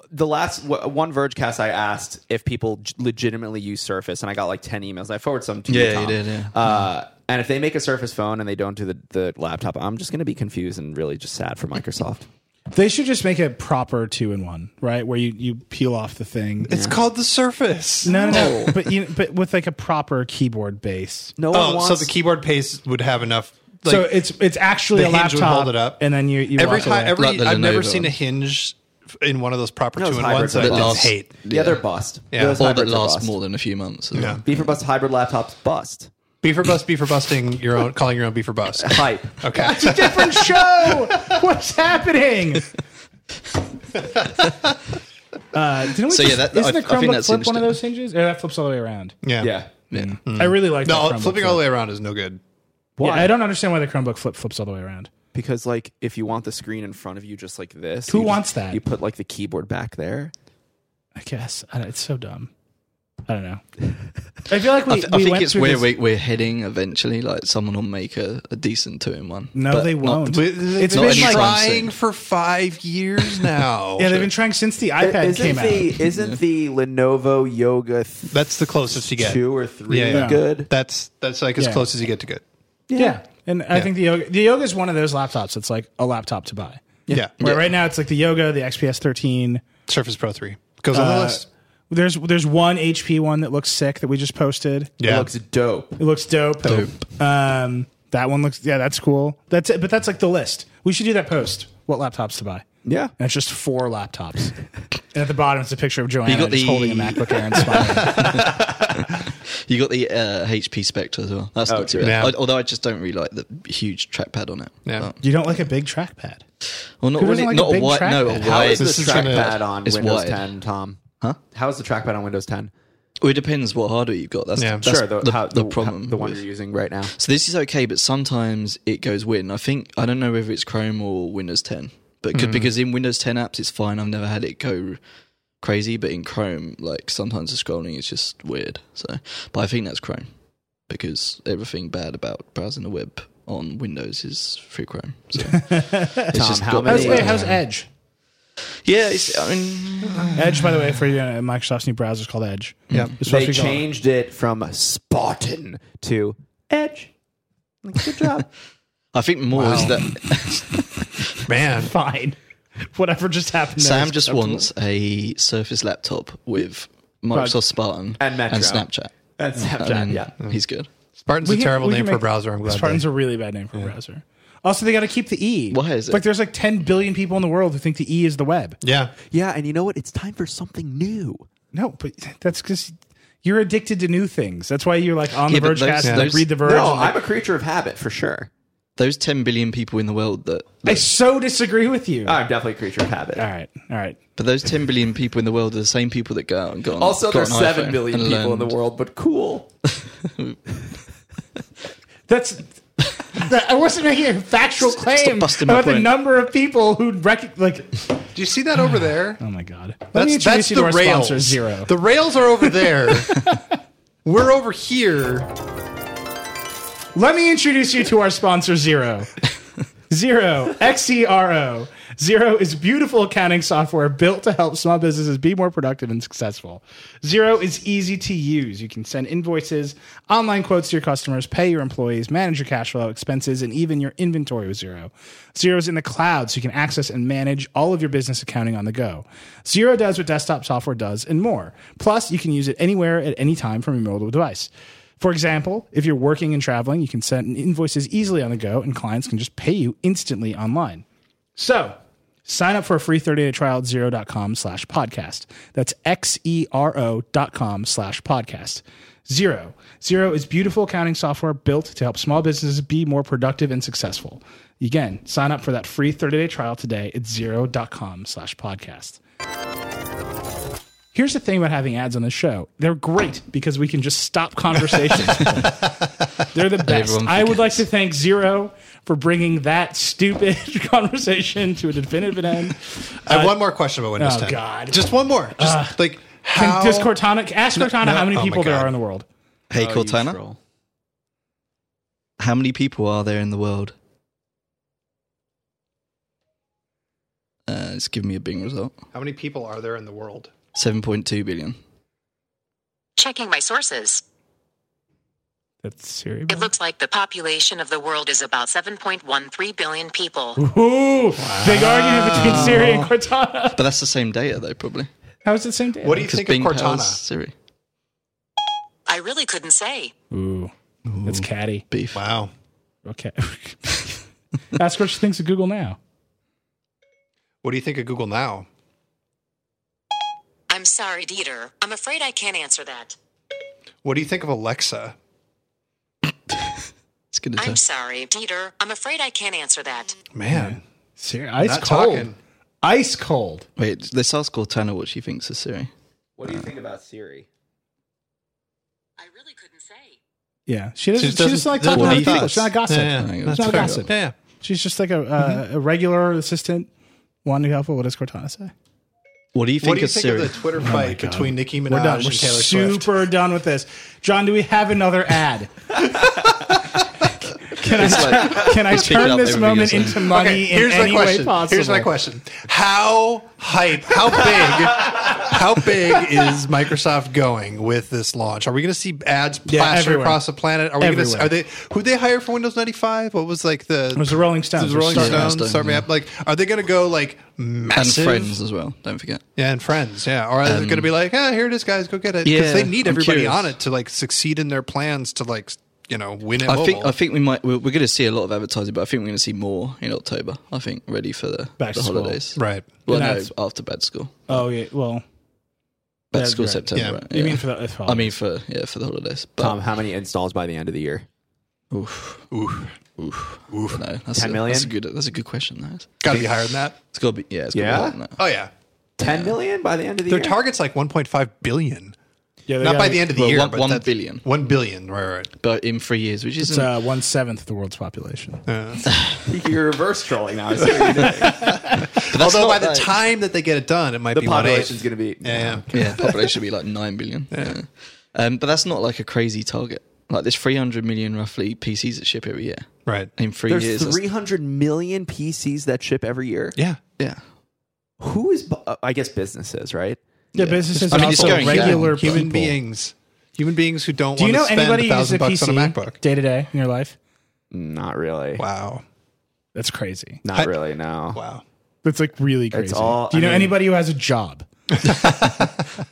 the last w- one Vergecast, I asked if people j- legitimately use Surface, and I got like ten emails. I forwarded some to you, Yeah, you Tom. did, yeah. Uh, and if they make a Surface phone and they don't do the, the laptop, I'm just going to be confused and really just sad for Microsoft. They should just make a proper two in one, right? Where you, you peel off the thing. It's called the Surface. no, no, no. but you, but with like a proper keyboard base. No one Oh, wants. so the keyboard paste would have enough. Like, so it's it's actually the a hinge laptop, would hold it up, and then you, you every walk time. away. *laughs* Every Not the I've never Lenovo. seen a hinge in one of those proper No, two it's in hybrid ones. I that just lasts- hate. yeah, they're bust. Yeah. Those Or that hybrids are lasts bust. more than a few months. as Yeah. well. B for bust hybrid laptops bust. Be for bust, be for busting your own, calling your own be for *laughs* bust. Hype. Okay. different show. What's happening? *laughs* Uh, didn't we So, just, yeah, that- isn't I- the I think Chromebook that's flip one of interesting. those hinges? Or that flips all the way around. Yeah. Yeah. I really like that. Hmm. No, Chromebook flipping flip. all the way around is no good. Yeah, Why? I don't understand why the Chromebook flip flips all the way around. Because like if you want the screen in front of you just like this, Who you just- wants that? You put like the keyboard back there. I guess I don't, it's so dumb. I don't know. *laughs* I feel like we. I, th- I we think went it's through where this- we, we're heading eventually. Like someone will make a, a decent two in one. No, But they not- won't. it's not been anytime like soon. trying for five *laughs* years now. yeah, they've been trying since the iPad isn't came *laughs* the out. isn't the Lenovo Yoga th- That's the closest you get. two or three Yeah, yeah. good? That's that's like as Yeah. close as you get to good. Yeah. and I think the yoga the yoga is one of those laptops that's like a laptop to buy. Yeah. Where right now it's like the yoga, the XPS 13. Surface Pro three goes on the Uh, list. There's there's one HP one that looks sick that we just posted. It Yeah. looks dope. It looks dope. Dope. Um, that one looks yeah, that's cool. That's it, but that's like the list. We should do that post. What laptops to buy? Yeah. And it's just four laptops. and at the bottom it's a picture of Joanna You got just the- holding a MacBook Air and *laughs* smiling. You got the uh, HP Spectre as well. That's not too bad. Yeah. I- although I just don't really like the huge trackpad on it. Yeah. But- you don't like a big trackpad. well, not Who doesn't really. like a not a big wide. No, a trackpad? How is wide. the This is gonna- trackpad on it's Windows wide. 10, Tom? Huh? How is the trackpad on Windows 10? Well, it depends what hardware you've got. That's, Yeah. that's sure, the, the, how, the how- problem. the one with- you're using right now. So this is okay, but sometimes it goes win. I think I don't know whether it's Chrome or Windows 10, but Hmm. could, because in Windows 10 apps it's fine. I've never had it go crazy, but in Chrome, like sometimes the scrolling is just weird. So, but I think that's Chrome because everything bad about browsing the web on Windows is through Chrome. *laughs* So it's Tom, just how got many- How's, me- wait, how's Edge? yeah, it's, I mean, Edge, by the way, for you know, Microsoft's new browser is called Edge. Yeah, They changed it from Spartan to Edge. Like, good *laughs* job. I think more is *laughs* that Man. fine. *laughs* Whatever just happened. there Sam is just acceptable. wants a Surface laptop with Microsoft Spartan And Metro. Snapchat. That's Snapchat. And yeah. he's good. Spartan's a can- terrible we can name for a make- browser. I'm glad. Spartan's they- a really bad name for a browser. Also, they got to keep the E. Why is it? Like, there's like 10 billion people in the world who think the E is the web. yeah. Yeah, and you know what? It's time for something new. No, but that's because you're addicted to new things. That's why you're like on Yeah, the but Verge those- cast and yeah. like, read the Verge. No, and, like- I'm a creature of habit for sure. those 10 billion people in the world that, I so disagree with you. I'm definitely a creature of habit. all right, all right. but those 10 billion people in the world are the same people that go out and go on Also, got there's an seven iPhone billion and people in learned. the world, but cool. That's. that- I wasn't making a factual claim busting my about the point. number of people who rec- like. Do you see that over there? Oh my god! Let me That's introduce that's you to the our rails. sponsor Zero. The rails are *laughs* over there. We're over here. Let me introduce you to our sponsor, Zero. Zero, X E R O. Zero is beautiful accounting software built to help small businesses be more productive and successful. Zero is easy to use. You can send invoices, online quotes to your customers, pay your employees, manage your cash flow, expenses, and even your inventory with Zero. Zero is in the cloud, so you can access and manage all of your business accounting on the go. Zero does what desktop software does and more. Plus, you can use it anywhere at any time from your mobile device. For example, if you're working and traveling, you can send invoices easily on the go, and clients can just pay you instantly online. So sign up for a free 30-day trial at zero.com slash podcast. That's X-E-R-O dot com slash podcast. Zero. Zero is beautiful accounting software built to help small businesses be more productive and successful. Again, sign up for that free 30-day trial today at zero.com slash podcast. Here's the thing about having ads on the show. They're great because we can just stop conversations. They're the best. Everyone I would like to thank Zero for bringing that stupid *laughs* conversation to a definitive end. I have one more question about Windows Oh, 10. God. Uh, Just one more. Just like how? Does Cortana ask Cortana no, how many oh my people there God. are in the world? hey Oh, you cortana troll. how many people are there in the world Uh, it's giving me a Bing result. How many people are there in the world? 7.2 billion. Checking my sources. That's Siri. It looks like the population of the world is about 7.13 billion people. Ooh, big argument between Siri and Cortana. But that's the same data, though, probably. How is it same data? What do you Because think Bing of Cortana? powers Siri. I really couldn't say. Ooh, that's catty. Beef. Wow. Okay. *laughs* Ask what she thinks of Google now. What do you think of Google now? I'm sorry, Dieter. I'm afraid I can't answer that. What do you think of Alexa? It's going to I'm tell. sorry, Dieter. I'm afraid I can't answer that. Man, Siri, ice Not cold. talking. Ice cold. Wait, let's ask Cortana what she thinks of Siri. What do you think about Siri? I really couldn't say. Yeah, she doesn't. She, doesn't like talking doesn't about like people. us. She's not gossip. Yeah, I think She's that's not fair. gossip. Yeah. She's just like a, uh, Mm-hmm. a regular assistant. Wanting to help. What does Cortana say? What do you what think do you of think Siri? of the Twitter fight between Nicki Minaj Oh, We're done. We're and Taylor super Swift? done with this. John, do we have another *laughs* ad? can I, can I Just pick it turn up this everything moment else in. into money Okay, in here's my any way question. possible? Here's my question. How hype, how big, how big is Microsoft going with this launch? Are we going to see ads Yeah, plastered everywhere. across the planet? Are we going to Everywhere. are they who they hire for Windows 95? What was like the It was the Rolling Stones. It was the Rolling Start Me Stones, Up. Stones, Start Me yeah. Up. Like are they going to go like and massive friends as well, don't forget. Yeah, and friends. Yeah, or they're going to be like, "Ah, here it is, guys, go get it." Because Yeah, they need I'm everybody curious. on it to like succeed in their plans to like you know win it. I think I think we might we're, we're going to see a lot of advertising, but I think we're going to see more in October. I think ready for the, Back the to school. holidays, right. Well, And no, that's- after bad school, Oh yeah. Well, bad That's school right. September. Yeah. right? you mean for the? if- I mean for yeah for the holidays. But Tom, how many installs by the end of the year? no, that's Ten a, million? That's a good that's a good question. That is. Got to be higher than that. It's got to be yeah. It's got to Yeah? be higher than that. Oh yeah, Ten million by the end of the their year. target's like 1.5 billion. yeah, they Not by gotta- the end of the Well, year, one- but one that's- billion. One billion. Right, right. But in three years, which It's isn't uh, one seventh of the world's population. *laughs* You're reverse trolling *laughs* now. I see what you're doing. but that's Although by not the like- time that they get it done, it might the be one billion. population's going to be. Yeah. yeah, population would be like nine billion. *laughs* Yeah. Um, but that's not like a crazy target. Like there's 300 million roughly PCs that ship every year. Right. In three years, There's that's- 300 million PCs that ship every year. Yeah. yeah, Who is? bu- uh, I guess businesses, right? Yeah, businesses. I mean, and it's also going down. regular Human people. beings. Human beings who don't Do you want know to spend anybody a who's a thousand bucks on a PC MacBook. day to day in your life? Not really. Wow. That's crazy. Not really. No. Wow. That's like really crazy. all- Do you know I mean- anybody who has a job?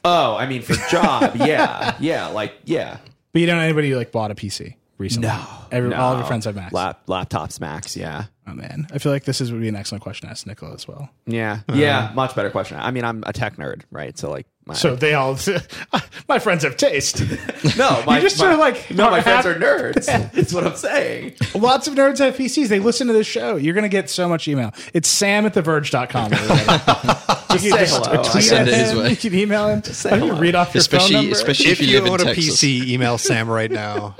Oh, I mean, for job, *laughs* yeah, yeah, like yeah. But you don't know anybody who like bought a PC recently? Every, All of your No. friends have Macs. Lap, laptops, Macs, yeah, Oh man, I feel like this is would be an excellent question to ask Nicola as well. yeah, yeah. Much better question. I mean, I'm a tech nerd, right? So like, my, So they all, *laughs* my friends have taste. *laughs* *laughs* no, my, just my- sort of like- no, my friends half- are nerds. *laughs* That's what I'm saying. Lots of nerds have PCs. They listen to this show. You're gonna get so much email. It's Sam at *laughs* theverge.com. everybody. Just say hello. I tweet guess. Send it his way. You can email him. say Or you hello. read off your especially phone number. especially If you live own in a Texas. PC, email Sam right now.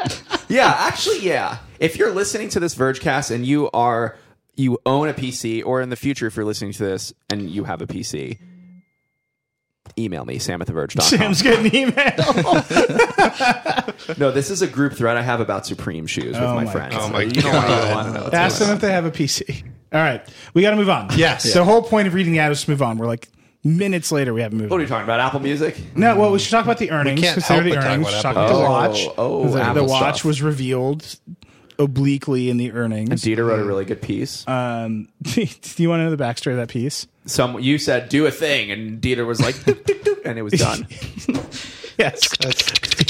Yeah, actually, yeah. If you're listening to this Vergecast and you are you own a PC, or in the future, if you're listening to this and you have a PC, email me Sam at theverge.com. Sam's getting *laughs* email. No, this is a group thread I have about Supreme shoes with my, my friends. God. Oh my you don't wanna- you God. don't want to know. what's Ask going them if they have a PC. All right, we got to move on. Yes. The whole point of reading the ad was to move on. We're like minutes later. We haven't moved. What are on. you talking about? Apple Music? No, well, we should talk about the earnings can't because they're help the but talk earnings. about Should Talk about Apple the watch. Music. Oh, oh, the, the Apple watch stuff. was revealed obliquely in the earnings. Dieter wrote a really good piece. Um, *laughs* do you want to know the backstory of that piece? Some you said do a thing, and Dieter was like, "Doop, doop, doop," and it was done. Yes.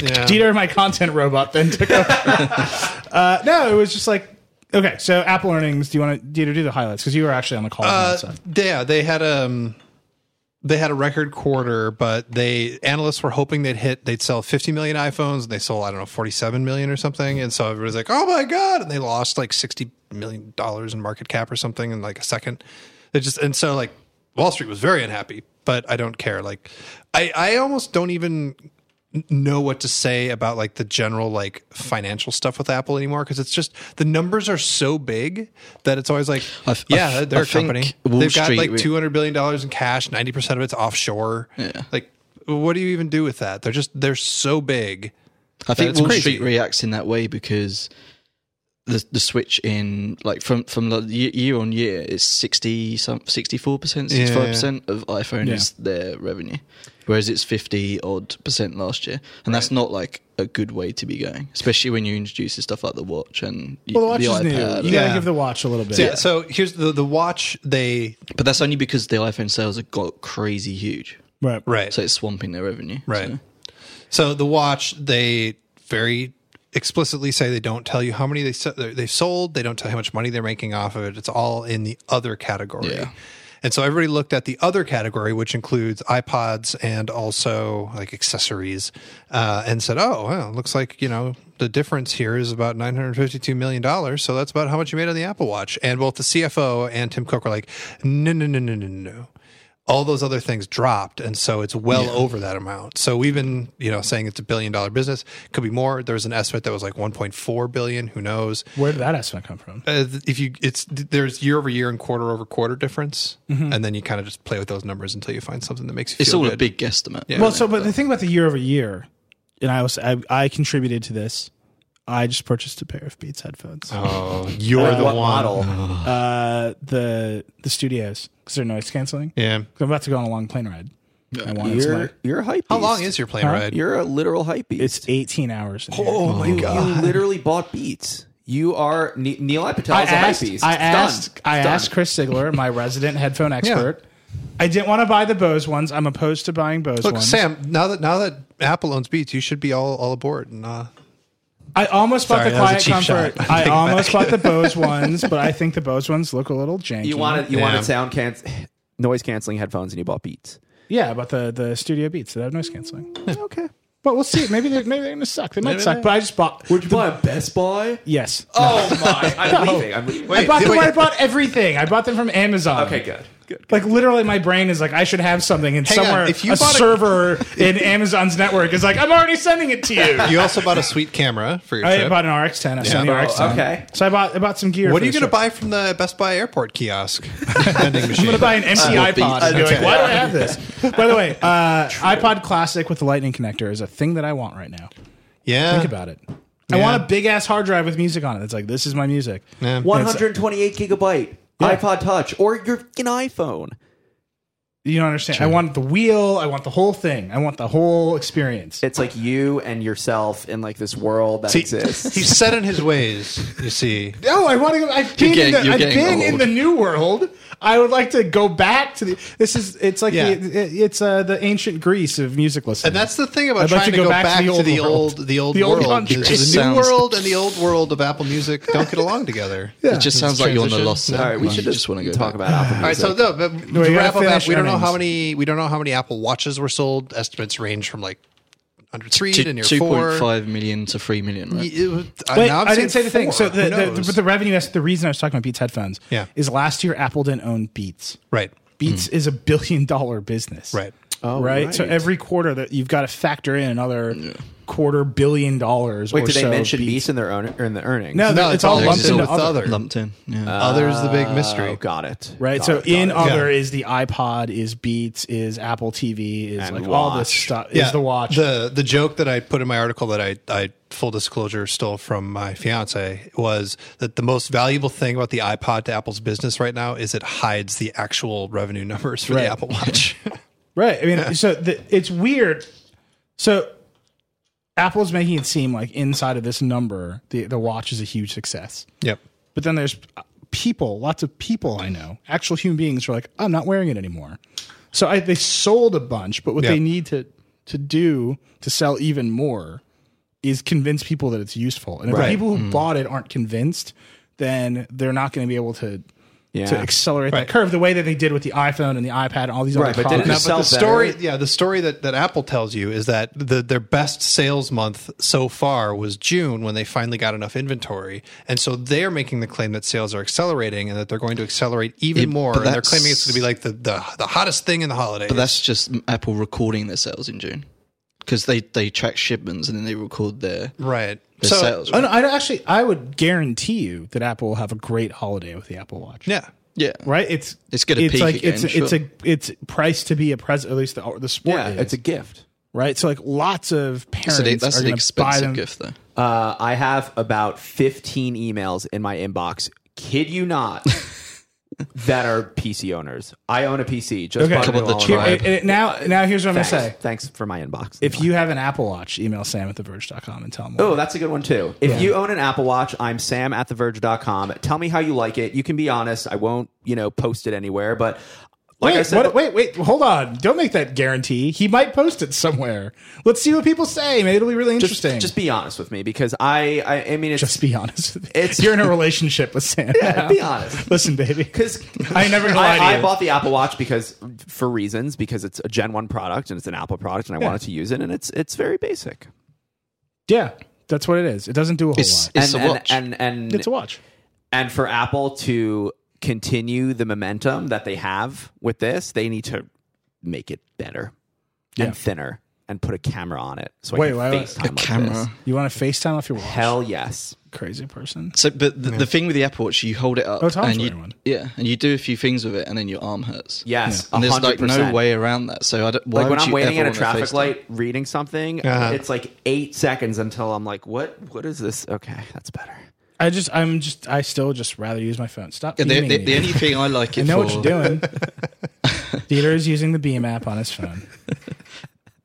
Yeah. Dieter, my content robot, then took over. uh, no, it was just like okay. So Apple earnings. Do you want to Dieter do the highlights because you were actually on the call? and all that Uh, stuff. yeah, they had um they had a record quarter, but they analysts were hoping they'd hit they'd sell 50 million iPhones and they sold I don't know 47 million or something, and so everybody's like, "Oh my god!" and they lost like 60 million dollars in market cap or something in like a second. It just and so like Wall Street was very unhappy, but I don't care. Like I I almost don't even know what to say about like the general like financial stuff with Apple anymore because it's just the numbers are so big that it's always like I f- I yeah f- they're I a think company Wall they've got Street like would- two hundred billion dollars in cash ninety percent of it's offshore Yeah. like what do you even do with that they're just they're so big I That think it's Wall crazy. Street reacts in that way because the the switch in like from from the ye- year on year is 60 some 64% 65% of iPhone Yeah. is their revenue whereas it's 50 odd percent last year and that's not like a good way to be going especially when you introduce stuff like the watch and y- Well, the watch is new. iPad You got to Yeah. give the watch a little bit. So, yeah, so here's the the watch they but that's only because the iPhone sales have got crazy huge Right. right so it's swamping their revenue right. So- So the watch they very explicitly say they don't tell you how many they se- they've sold. They don't tell you how much money they're making off of it. It's all in the other category. Yeah. And so everybody looked at the other category, which includes iPods and also like accessories, uh, and said, "Oh, well, it looks like you know the difference here is about nine hundred fifty-two million dollars. So that's about how much you made on the Apple Watch." And both the CFO and Tim Cook were like, "No, no, no, no, no, no." All those other things dropped, and so it's well over that amount. So we've been, you know, saying it's a billion-dollar business. Could be more. There was an estimate that was like one point four billion. Who knows? Where did that estimate come from? uh, th- if you it's there's year over year and quarter over quarter difference, and then you kind of just play with those numbers until you find something that makes you. it's feel all a good. big guesstimate yeah. Well, so but the thing about the year over year, and I was I, I contributed to this. I just purchased a pair of Beats headphones. Oh, you're the one. what model? Uh, the the studios because they're noise canceling. Yeah. 'Cause I'm about to go on a long plane ride. I wanted some. You're like- you're a hype. How long beast. is your plane Huh? ride? You're a literal hype beast. It's 18 hours. in here. Oh my you, god! You literally bought Beats. You are Ne- Neil Patel I is a hype asked. beast. I It's asked. done. I It's done. asked Chris Sigler, *laughs* my resident headphone expert. I didn't want to buy the Bose ones. I'm opposed to buying Bose Look, ones. Sam. Now that now that Apple owns Beats, you should be all all aboard. And uh, I almost bought Sorry, the that was a Quiet cheap Comfort. shot. I *laughs* Take it almost bought the *laughs* Bose ones, but I think the Bose ones look a little janky. You wanted you Yeah. wanted sound can noise canceling headphones, and you bought Beats. Yeah, about the the Studio Beats that have noise canceling. Okay. But we'll see. Maybe they're maybe they're gonna suck. They might suck. But I just bought. Would you buy a Best Buy? Yes. Oh my! I'm leaving. I'm leaving. I bought Wait, them. wait. I bought everything. I bought them from Amazon. Okay, good. Good. Like literally, my brain is like, I should have something, and on, somewhere if you a bought a- server *laughs* in Amazon's network is like, I'm already sending it to you. you also bought a sweet camera for your I trip. bought an RX10. I sent the Oh, RX10. okay. So I bought I bought some gear. What for are you this going to trip. buy from the Best Buy *laughs* airport kiosk *laughs* vending machine? I'm gonna buy an empty Apple iPod. Beats. And be like, Okay. Why do I have this? By the *laughs* way, uh, iPod Classic with the Lightning connector is a thing that I want right now. yeah. Think about it. I Yeah. want a big ass hard drive with music on it. It's like this is my music. Yeah. 128 gigabyte iPod Touch or your fucking iPhone. You don't understand. I want the wheel. I want the whole thing. I want the whole experience. It's like you and yourself in like this world that See, exists. he's set in his ways. You see. No, Oh, I want to. Go, I've been, in, getting- the, you're I've getting been in old. the new world. I would like to go back to the. This is. It's like Yeah. the, it- it's uh, the ancient Greece of music listening. And that's the thing about I'd like trying to go, back, to the, world. old, the old The old world. country. Is It the new sounds- world and the old world of Apple *laughs* Music don't get along together. it just sounds like you're on the transition. lost No. side. All right, we Like, should you just, wanna go talk back. about Apple. All right, so no, but we to gotta wrap it finish up, we don't know how earnings. many we don't know how many Apple Watches were sold. Estimates range from like under three to near two four. point five million to three million. Right? It was- uh, Wait, now I'm I didn't say saying the thing. four. So Who the, the, knows? but the revenue. that's The reason I was talking about Beats headphones. Yeah. Is last year Apple didn't own Beats. right, Beats is a billion dollar business. right. Oh, right? right. So every quarter that you've got to factor in another quarter billion dollars. Wait, or did they so mention Beats. Beats in their own in the earnings? No, No, it's, all there. lumped It's into all with other, other. lumped in. Uh, Yeah. Others the big Oh, Ah, mystery. got it. right? Got so it, got in it. other is the iPod, is Beats, is Apple TV, is And like all this watch. stuff. Yeah, Is the watch? the the joke that I put in my article that I I full disclosure stole from my fiance was that the most valuable thing about the iPod to Apple's business right now is it hides the actual revenue numbers for Right. the *laughs* Apple Watch. Right. I mean, so the, it's weird. So Apple's making it seem like inside of this number, the, the watch is a huge success. yep. But then there's uh, people, lots of people I know, actual human beings who are like, I'm not wearing it anymore. So I, they sold a bunch, but what Yeah. they need to, to do to sell even more is convince people that it's useful. And if Right. Mm. the people who bought it aren't convinced, then they're not going to be able to. Yeah. To accelerate Right. that curve, the way that they did with the iPhone and the iPad and all these Right, other but didn't products. it Now, but sell the better? story, yeah, the story that, that Apple tells you is that the, their best sales month so far was June when they finally got enough inventory, and so they're making the claim that sales are accelerating and that they're going to accelerate even Yeah, more. but And they're that's- claiming it's going to be like the, the the hottest thing in the holidays. But that's just Apple recording their sales in June because they they track shipments and then they record their right. their So sales. Oh, right? no, I actually, I would guarantee you that Apple will have a great holiday with the Apple Watch. yeah, Yeah, Right? It's It's gonna peak like again, it's it's a it's priced to be a present. At least the the sport. Yeah, is, it's a gift. right. So like lots of parents That's, a, that's are an going to buy expensive them. gift though. Uh, I have about 15 emails in my inbox. Kid *laughs* you not. that are PC owners. I own a PC. Just Okay. bought a How about the new all-in-one. tribe? Here- uh, uh, now, now here's what I'm going to Thanks. say. Thanks for my inbox. If you have an Apple Watch, email sam at theverge.com and tell him. Oh, that's a good one too. If you own an Apple Watch, I'm Sam at theverge.com. Tell me how you like it. You can be honest. I won't, you know, post it anywhere, but like wait, I said, what- wait, wait, hold on. Don't make that guarantee. He might post it somewhere. Let's see what people say. Maybe it'll be really just, interesting. just be honest with me because I, I, I mean, it's Just be honest. With me. It's- You're in a relationship with Sam. now. be *laughs* honest. Listen, baby. because *laughs* I ain't never gonna lie I, to I you. bought the Apple Watch because for reasons because it's a Gen One product and it's an Apple product and I wanted to use it and it's it's very basic. Yeah, that's what it is. It doesn't do a whole It's, lot. it's and, a watch. and and, and It's a watch. and for Apple to continue the momentum that they have with this, they need to make it better Yeah. and thinner and put a camera on it. So Wait, I can wait, wait. FaceTime like camera. this. You want to FaceTime off your watch? Hell yes. Crazy person. So, but the, the thing with the Apple Watch, you hold it up Oh, Tom's and you, wearing one. yeah, and you do a few things with it, and then your arm hurts. Yes. and there's like 100%. no way around that. So, I don't, why Like when would I'm you waiting at ever a wanna traffic FaceTime? light reading something, Uh-huh. it's like eight seconds until I'm like, what? What is this? Okay, that's better. I just, I'm just, I still just rather use my phone. Stop. Yeah, the, beaming the, me. the only thing I like *laughs* it I know for, what you're doing. Theater is using the Beam app on his phone.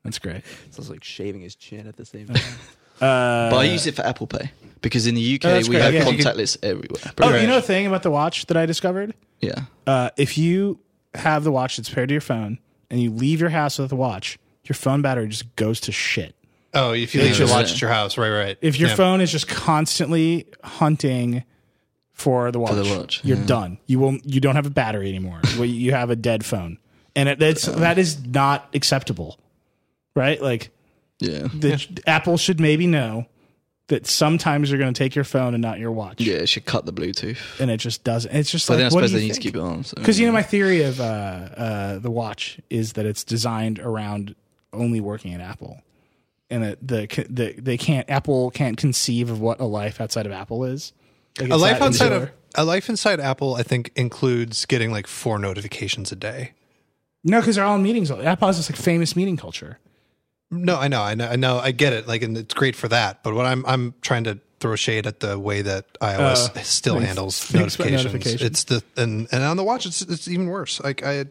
That's great. So it's like shaving his chin at the same time. *laughs* but I use it for Apple Pay because in the UK Oh, that's we great. have Yeah, you can- contactless everywhere. Oh, you know a thing about the watch that I discovered? yeah, Uh, if you have the watch that's paired to your phone and you leave your house with the watch, your phone battery just goes to shit. Oh, if you leave your Yeah. watch at your house, right, right. If your Yeah. phone is just constantly hunting for the watch, the watch, you're done. You will you don't have a battery *laughs* anymore. Well, you have a dead phone. And it, that's that is not acceptable. Right? Like yeah, the Apple should maybe know that sometimes you're going to take your phone and not your watch, yeah. It should cut the Bluetooth. and it just doesn't. It's just But then I like what suppose do they you need to keep it on. so- Because you know my theory of uh, uh, the watch is that it's designed around only working at Apple, and that the, the they can't Apple can't conceive of what a life outside of Apple is. Like, a it's life that outside of insular. a life inside Apple, I think includes getting like four notifications a day. no, because they're all in meetings. Apple has this like famous meeting culture. No, I know, I know, I know, I get it. Like, and it's great for that. But what I'm I'm trying to throw shade at the way that iOS Uh, still thanks- handles thanks for notifications. notifications. It's the and and on the watch, it's it's even worse. Like I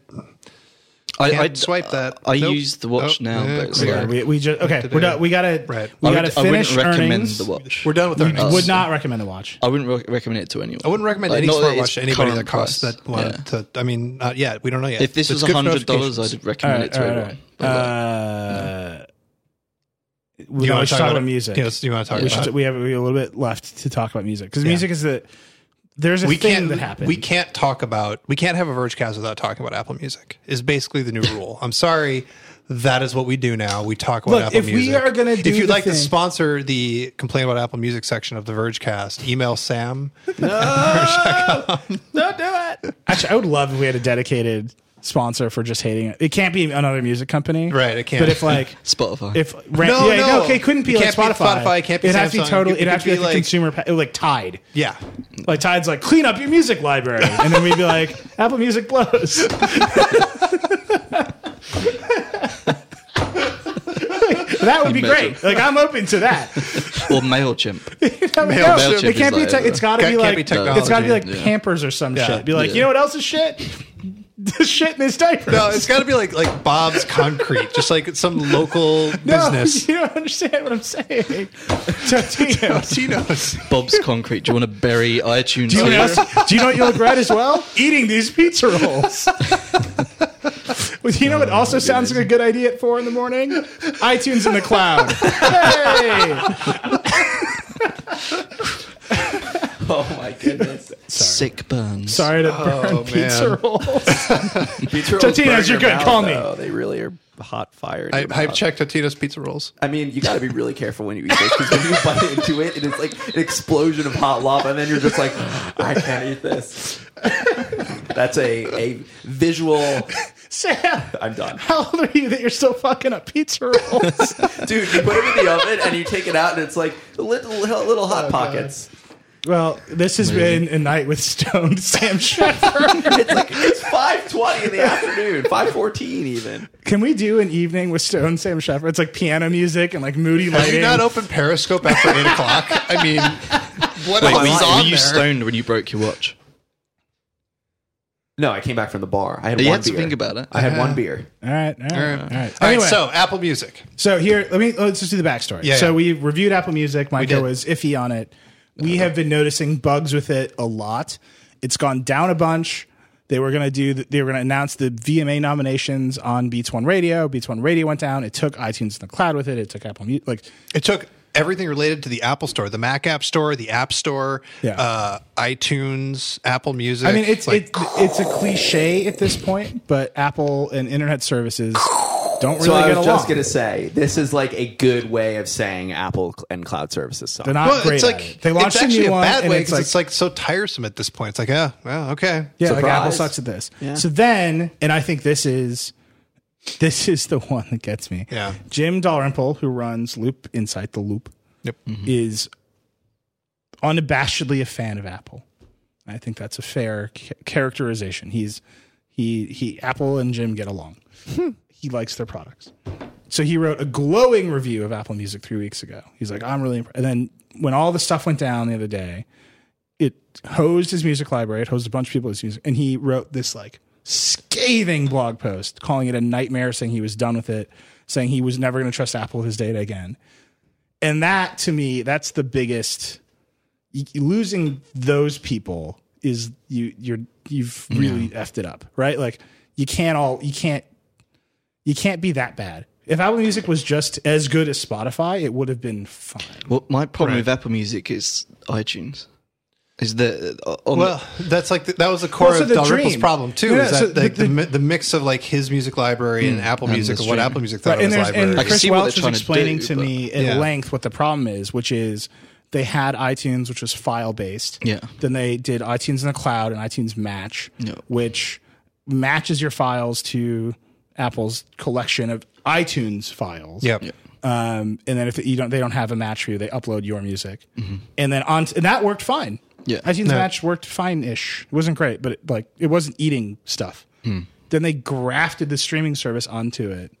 I, can't I'd- swipe that. I Nope. use the watch Oh, now, yeah, but it's clear. like- We, we just okay. We're done, we gotta Right. we I, gotta would, I wouldn't finish recommend earnings. the watch. we're done with We earnings. would not recommend the watch. I wouldn't rec- recommend it to anyone. I wouldn't recommend any smartwatch to anybody that costs that one. Yeah. To, I mean, not yet. We don't know yet. If this It's was good for hundred dollars, notifications. I'd recommend it to all right, everyone. all But, right. like, Uh, we You no, wanna we should talk talk about about it? music. Yes, you wanna talk we about should, it? We have, we have a little bit left to talk about music because music is the there's a we thing can't that happened. we can't talk about we can't have a vergecast without talking about apple music is basically the new rule i'm sorry that is what we do now we talk about Look, apple if we music are gonna do if you'd the like thing- to sponsor the complain about apple music section of the vergecast email sam Don't do it. Actually, I would love if we had a dedicated sponsor for just hating it. It can't be another music company, Right, it can't. But if *laughs* like. Spotify. Uh, If ran- No, yeah, no. okay, it couldn't be It like can't be Spotify. Spotify, it can't be it'd have to be Samsung. totally. It It'd have to be like, could be a like- consumer, pa- like Tide. yeah Like Tide's like, clean up your music library, and then we'd be like, *laughs* Apple Music blows. *laughs* that would be Imagine. great. Like I'm open to that. *laughs* or Mailchimp. No, Mailchimp it can't be. is like Te- that. it's got to Can't- be can't like. be technology. it's got to be like Yeah. Pampers or some Yeah. shit. Be like, Yeah. you know what else is shit? *laughs* the shit in his diaper. *laughs* no it's got to be like like bob's concrete just like some *laughs* local business you don't understand what I'm *laughs* saying. Totino's. Tino's. Bob's Concrete. Do you want to bury iTunes? Do you, know here? what else- do you know what you'll regret as well? *laughs* Eating these pizza *laughs* rolls. Well, you know what also sounds like a good idea at four in the morning? *laughs* iTunes in the cloud. Hey! Oh my goodness. Sick *laughs* burns. Sorry to burn Oh, man. pizza rolls. Tatinas, you're good. Call me. They really are hot fire. in I, your i've mouth. checked totino's pizza rolls I mean, you got to be really careful when you eat this because when you bite into it, it is like an explosion of hot lava, and then you're just like, I can't eat this. That's a a visual. *laughs* Sam, I'm done, how old are you that you're still fucking up pizza *laughs* rolls? dude. You put it in the oven and you take it out, and it's like little little Oh, hot pockets. well, this has been a night with stoned *laughs* Sam Shepard. It's like it's five twenty in the afternoon, five fourteen even. Can we do an evening with Stone Sam Shepard? It's like piano music and like moody Have lighting. you not open Periscope after eight o'clock? I mean, *laughs* what else Wait, were you, is were on you there? stoned when you broke your watch? No, I came back from the bar. I had You one had to beer. think about it. I had one beer. all right, all right, all right. All right, Anyway, so so Apple Music. here, let me let's just do the backstory. Yeah, so yeah. we reviewed Apple Music. Micah did. was iffy on it. We have been noticing bugs with it a lot. It's gone down a bunch. They were gonna do. The, they were gonna announce the VMA nominations on Beats One Radio. Beats One Radio went down. It took iTunes in the cloud with it. It took Apple Music. Like It took everything related to the Apple Store, the Mac App Store, the App Store, Yeah. uh, iTunes, Apple Music. I mean, it's like it, it's a cliche at this point, but Apple and internet services don't really So I get was along. just gonna say this is like a good way of saying Apple cl- and cloud services. Suck. They're not well, great. it's at like it. they launched it's actually a new a one, bad and way it's because like, it's like so tiresome at this point. It's like, yeah, well, okay. yeah, like Apple surprise. sucks at this. So then, and I think this is this *laughs* is the one that gets me. Yeah. Jim Dalrymple, who runs Loop Inside the Loop, Yep. is unabashedly a fan of Apple. I think that's a fair ca- characterization. He's he he Apple and Jim get along. Hmm. he likes their products. So he wrote a glowing review of Apple Music 3 weeks ago. He's like, "I'm really impressed." And then when all the stuff went down the other day, it hosed his music library, it hosed a bunch of people his music, and he wrote this like scathing blog post calling it a nightmare, saying he was done with it, saying he was never going to trust Apple with his data again. And that to me, that's the biggest y- losing those people is you you're you've really effed it up, right? Like you can't all you can't you can't be that bad. If Apple Music was just as good as Spotify, it would have been fine. Well, my problem with Apple Music is iTunes. Is that uh, on Well, that's like the, that was the core Well, so of the Dalrymple's dream- problem too. Yeah, is that so the- like the, the- mi- the mix of like his music library and Apple and Music the and what stream. Apple Music thought of and, his there's, library? and I can Chris see what Welch they're was trying to explaining do, to, but- me at Yeah. length what the problem is, which is they had iTunes, which was file based. Yeah. Then they did iTunes in the cloud and iTunes Match, Yeah. which matches your files to Apple's collection of iTunes files. yep. Um, and then if you don't, they don't have a match for you, they upload your music, and then on and that worked fine. Yeah. iTunes Match worked fine ish. It wasn't great, but it, like it wasn't eating stuff. Then they grafted the streaming service onto it,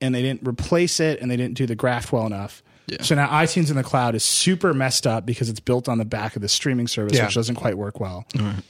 and they didn't replace it, and they didn't do the graft well enough. So now iTunes in the cloud is super messed up because it's built on the back of the streaming service, Yeah. which doesn't quite work well,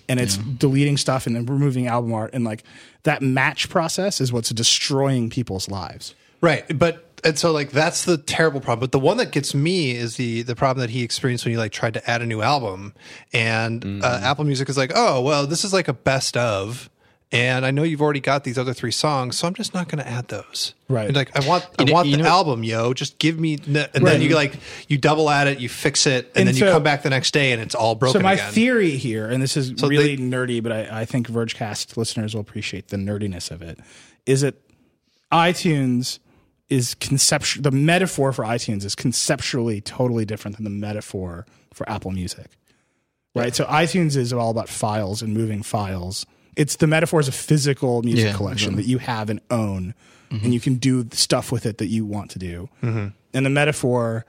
and it's deleting stuff and then removing album art, and like that match process is what's destroying people's lives. Right, but and so like that's the terrible problem. But the one that gets me is the the problem that he experienced when he like tried to add a new album, and Mm-hmm. uh, Apple Music is like, oh well, this is like a best of, and I know you've already got these other three songs, so I'm just not going to add those. Right. And, like I want I You know- want you the know- album, yo. Just give me, n- and Right. then you like you double add it, you fix it, and, And then you so- come back the next day and it's all broken. So my again. theory here, and this is they- really nerdy, but I, I think Vergecast listeners will appreciate the nerdiness of it, is that iTunes is conceptual. The metaphor for iTunes is conceptually totally different than the metaphor for Apple Music, right? So iTunes is all about files and moving files. It's the metaphor is a physical music Yeah, collection Mm-hmm. that you have and own, and you can do stuff with it that you want to do. Mm-hmm. And the metaphor,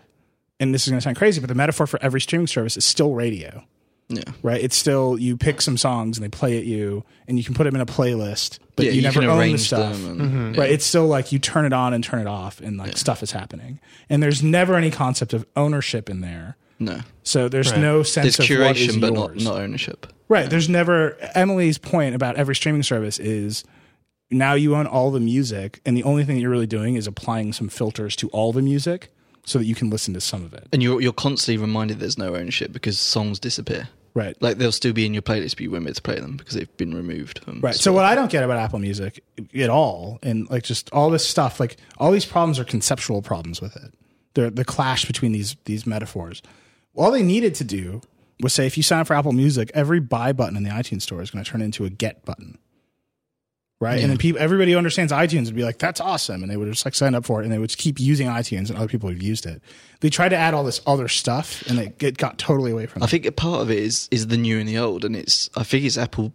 and this is going to sound crazy, but the metaphor for every streaming service is still radio yeah. right? It's still you pick some songs and they play at you, and you can put them in a playlist, but Yeah, you, never can own the arrange stuff, Mm-hmm. them and- right? It's still like you turn it on and turn it off, and like stuff is happening, and there's never any concept of ownership in there. No, So there's no sense there's of what is curation, but not, yours. not ownership. Right. There's never Emily's point about every streaming service is now you own all the music, and the only thing that you're really doing is applying some filters to all the music so that you can listen to some of it. And you're you're constantly reminded there's no ownership because songs disappear. Right. Like they'll still be in your playlist, but you won't be able to play them because they've been removed. From Right. So what I don't get about Apple Music at all, and like just all this stuff, like all these problems are conceptual problems with it. They're the clash between these these metaphors. All they needed to do was say, if you sign up for Apple Music, every buy button in the iTunes store is going to turn into a get button, right? And then people, everybody who understands iTunes would be like, "That's awesome," and they would just like sign up for it, and they would just keep using iTunes, and other people who've used it. They tried to add all this other stuff, and it, it got totally away from I it. think a part of it is is the new and the old, and it's I think it's Apple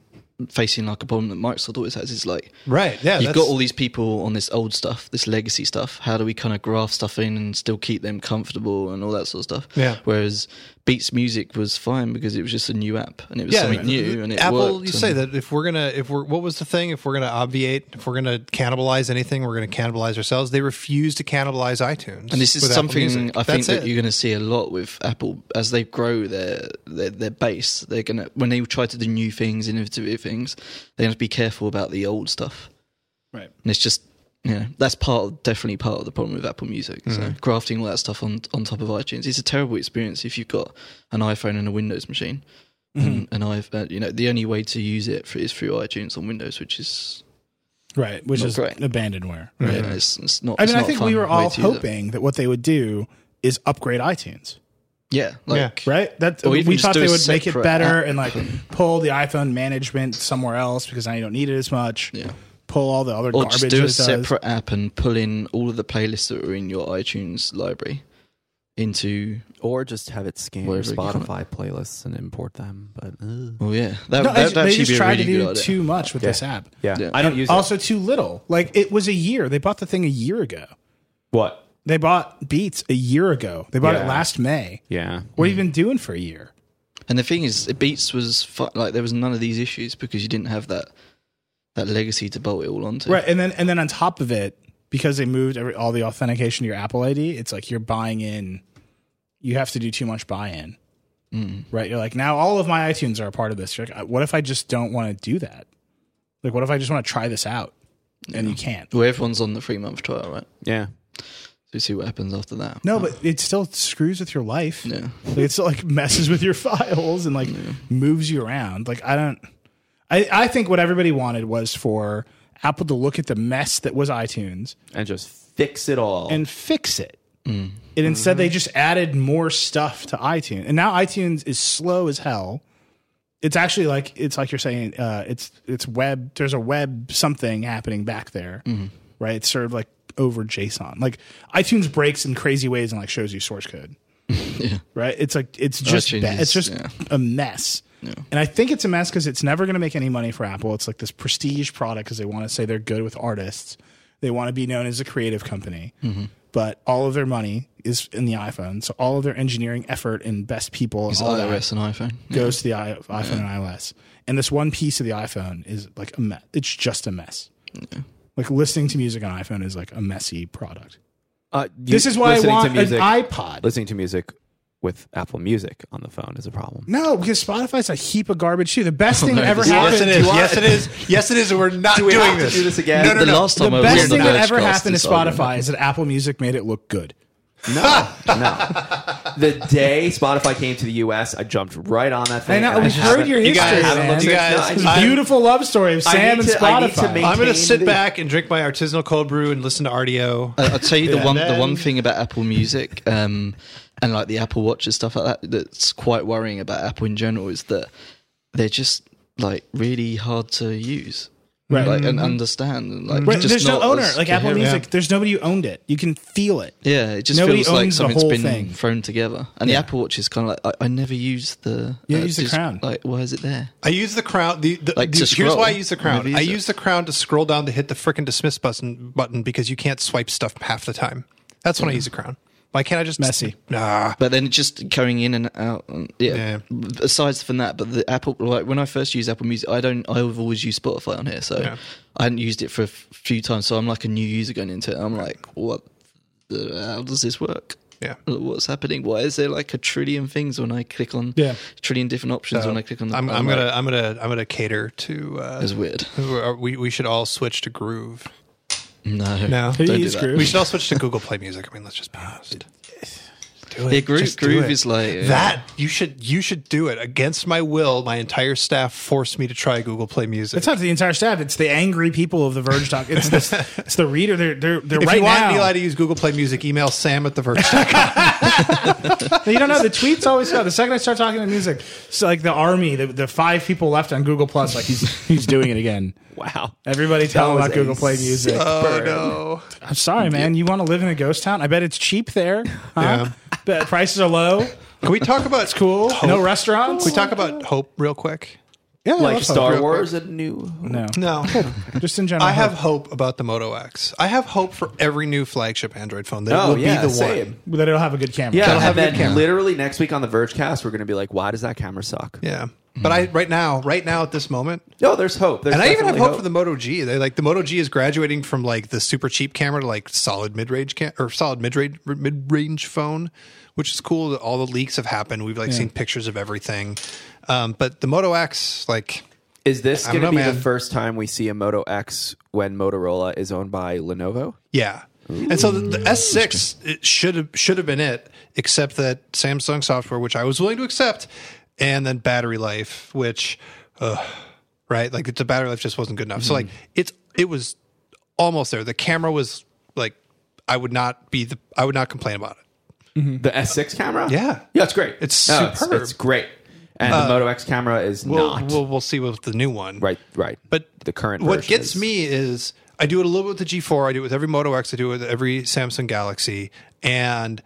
facing like a problem that Microsoft always has. Is like right? Yeah, you've that's- got all these people on this old stuff, this legacy stuff. How do we kind of graft stuff in and still keep them comfortable and all that sort of stuff? Yeah. Whereas Beats Music was fine because it was just a new app and it was something new and it Apple, worked you and- say that if we're gonna, if we're, what was the thing? If we're gonna obviate, if we're gonna cannibalize anything, we're gonna cannibalize ourselves. They refuse to cannibalize iTunes. And this is with Apple something Music. I think That's that it. you're going to see a lot with Apple as they grow their their, their base. They're going to when they try to do new things, innovative things, they're going to be careful about the old stuff. Right. And it's just you know that's part of, definitely part of the problem with Apple Music. So Mm. grafting all that stuff on on top of iTunes, it's a terrible experience if you've got an iPhone and a Windows machine. Mm-hmm. And, and I've uh, you know the only way to use it for, is through iTunes on Windows, which is Right, which Not is great. abandonedware. you know, it's, it's not. I it's mean, I not a think fun we were way all to use it. hoping that what they would do is upgrade iTunes, yeah, like right? That Or even we just thought do they a would make it separate better app and *laughs* like pull the iPhone management somewhere else because now you don't need it as much. Yeah. Pull all the other Or garbage. just do that a it does. separate app and pull in all of the playlists that are in your iTunes library into. Or just have it scan Whatever you call it. playlists and import them. But uh. Oh yeah, No, that, that I- would they actually just be a tried to really do good idea. too much with this app. yeah. Yeah. I don't use Also, too little. Like it was a year. They bought the thing a year ago. it. What? They bought Beats a year ago. They bought it Yeah. last May. Yeah. What Mm. have you been doing for a year? And the thing is, Beats was fu- like there was none of these issues because you didn't have that that legacy to bolt it all onto. Right, and then and then on top of it, because they moved every, all the authentication to your Apple ID, it's like you're buying in. You have to do too much buy-in, right? You're like now all of my iTunes are a part of this. You're like, "Uh, what if I just don't want to do that? Like, what if I just want to try this out? And you can't. Well, everyone's on the three month trial, right? Yeah. So you see what happens after that. No, but it still screws with your life. Yeah. Like, it still like messes with your *laughs* files and like moves you around. Like I don't. I I think what everybody wanted was for Apple to look at the mess that was iTunes And just fix it all. and fix it. Mm. And instead, Mm-hmm. they just added more stuff to iTunes, and now iTunes is slow as hell. It's actually like it's like you're saying uh, it's it's web. There's a web something happening back there, Mm-hmm. right? It's sort of like over JSON. Like iTunes breaks in crazy ways and like shows you source *laughs* code, right? It's like it's just ba- Oh, changes, it's just yeah. a mess. And I think it's a mess because it's never going to make any money for Apple. It's like this prestige product because they want to say they're good with artists. They want to be known as a creative company. Mm-hmm. But all of their money is in the iPhone. So all of their engineering effort and best people and It's all iOS and iPhone. that goes to the I- iPhone and iOS. And this one piece of the iPhone is like a mess. It's just a mess. Like listening to music on iPhone is like a messy product. Uh, you- This is why I listening want an music, iPod. Listening to music with Apple Music on the phone is a problem. No, because Spotify's a heap of garbage too. The *laughs* best Oh, thing that ever this is- happened. Yes, it is. Yes, it is. Yes, it is. We're not we doing have to this. do this again? No, no, the no. last time the I was best on thing the that ever Vergecast, happened to this argument- Spotify is that Apple Music made it look good. No, no. The day Spotify came to the US, I jumped right on that thing. I know, and we've heard haven't- your I history, haven't looked man. at- You no, guys- I It's just- a I'm- beautiful love story of Sam need and to- I need to Spotify. make- I'm going to sit Maintain the- back and drink my artisanal cold brew and listen to RDO. I- I'll tell you the one then- the one thing about Apple Music um, and like the Apple Watch and stuff like that that's quite worrying about Apple in general is that they're just like really hard to use, Right. Mm-hmm. Like and understand, and like Right, just there's no not owner as like Apple coherent. Music. There's nobody who owned it. You can feel it. Yeah, it just Nobody feels like owns the something's whole been thing. thrown together, and the Apple Watch is kind of like I, I never use the. You don't use the just, crown. Like, why is it there? I use the crown. The, the, Like, the- to here's scroll. why I use the crown. Maybe use I it. use the crown to scroll down to hit the frickin' dismiss button button because you can't swipe stuff half the time. That's when I use the crown. Why can't I just Messy. Nah. But then just going in and out. And, yeah. Aside from that, but the Apple, like when I first used Apple Music, I don't. I've always used Spotify on here, so I hadn't used it for a f- few times. So I'm like a new user going into it. I'm like, what? The, how does this work? Yeah. What's happening? Why is there like a trillion things when I click on? Yeah. a trillion different options when I click on. The, I'm, I'm like, gonna I'm gonna I'm gonna cater to. Uh, *laughs* It's weird. who are- we we should all switch to Groove. No. No, Don't He's do that. screwed. we should all switch to Google Play Music. I mean, let's just be honest. Do it. Yeah, Groove, Just do Groove it. is like uh, That you should you should do it against my will. My entire staff forced me to try Google Play Music. It's not the entire staff. It's the angry people of the Verge Talk. It's this, it's the reader. They're they're, they're if right you want now. me allowed to use Google Play Music, email Sam at the Verge.com. No, *laughs* you don't know the tweets always go. The second I start talking to music, so like the army, the, the five people left on Google Plus, like he's he's doing it again. Wow. Everybody tell him That about was a Google Play sick Music. burn. no. I'm sorry, man. You want to live in a ghost town? I bet it's cheap *laughs* there. Huh? Bet prices are low. Can we talk about it's Cool. No restaurants. Can we talk about hope real quick? Yeah, I like love Star Hope. Wars, a new. No, No, *laughs* just in Uh-huh. general. I have Hope. hope about the Moto X. I have hope for every new flagship Android phone that it Oh will yeah, be the same. one. that it'll have a good camera. Yeah, That'll have and a good then camera. literally next week on the Verge cast, we're going to be like, why does that camera suck? Yeah, but I right now, right now at this moment, No, there's hope. Hmm. There's and I even have definitely hope, for the Moto G. They like the Moto G is graduating from like the super cheap camera to like solid mid range cam- or solid mid range mid range phone, which is cool. That all the leaks have happened. We've like seen pictures of everything, um, but the Moto X like. Is this I don't going to be know, the man. first time we see a Moto X when Motorola is owned by Lenovo? Yeah. And so the, the Mm, S6 it should have should have been it, except that Samsung software, which I was willing to accept, and then battery life, which, ugh, right, like the battery life just wasn't good enough. So like Mm-hmm. it's it was almost there. The camera was like I would not be the I would not complain about it. Mm-hmm. The S6 camera? Yeah. yeah, it's great. It's it's- superb. Uh, It's, great, and the Moto X camera is We'll, not we'll we'll see with the new one. right. Right, But the current what version gets is- me is I do it a little bit with the G4, I do it with every Moto X, I do it with every Samsung Galaxy, and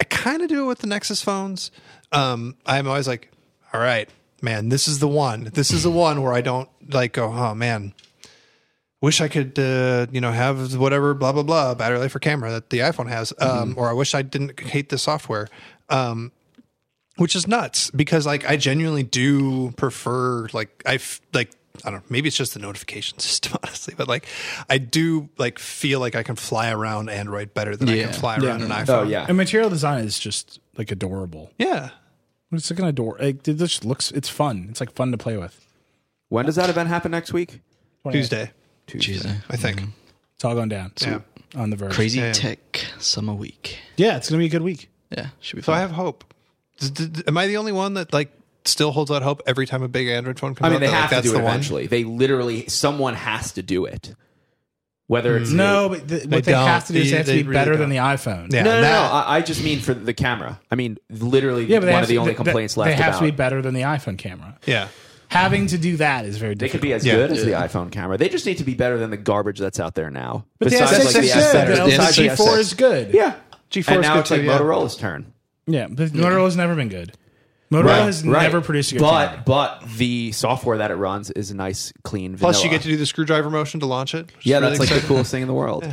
I kind of do it with the Nexus phones. Um, I'm always like, all right, man, this is the one. This is the one where I don't like go, oh man, wish I could, uh, you know, have whatever blah blah blah battery life or camera that the iPhone has, um, Mm-hmm. or I wish I didn't hate this software. Um, which is nuts because like I genuinely do prefer like I f- like I don't know maybe it's just the notification *laughs* system honestly but like I do like feel like I can fly around Android better than I Yeah. can fly around an iPhone. Oh yeah, and material design is just like adorable. Yeah. It's like an ador. Like, it just looks. It's fun. It's like fun to play with. When does that event happen next week? Tuesday, Jesus. I think. Mm-hmm. It's all going down. Yeah. on the verge. Crazy Yeah. tech summer week. Yeah, it's gonna be a good week. Yeah, should be So I fun. have hope. D- d- d- am I the only one that like still holds out hope every time a big Android phone comes I out? mean, they that, like, have to that's do it the one? eventually. They literally, someone has to do it. Whether it's No, but th- what they, don't. have to do is they They- have to they be really better than don't. the iPhone. Yeah. no, no, no, that- I, I just mean for the camera. I mean, literally yeah, but they one have of the to- only they- complaints they, left. They have about. to be better than the iPhone camera. Yeah. Having to do that is very They could difficult. be as Yeah. good as the iPhone camera. They just need to be better than the garbage that's out there now. but the Besides, S6 like, is the S6 good. The better. Yeah, LG the G4 S6. is good. Yeah. G4 and is now good it's like too, yeah. Motorola's turn. yeah. But Motorola's never been good. Motorola has never produced a good but camera. but the software that it runs is a nice, clean. Plus, you vanilla. get to do the screwdriver motion to launch it. which is yeah, really that's like the exciting. coolest thing in the world.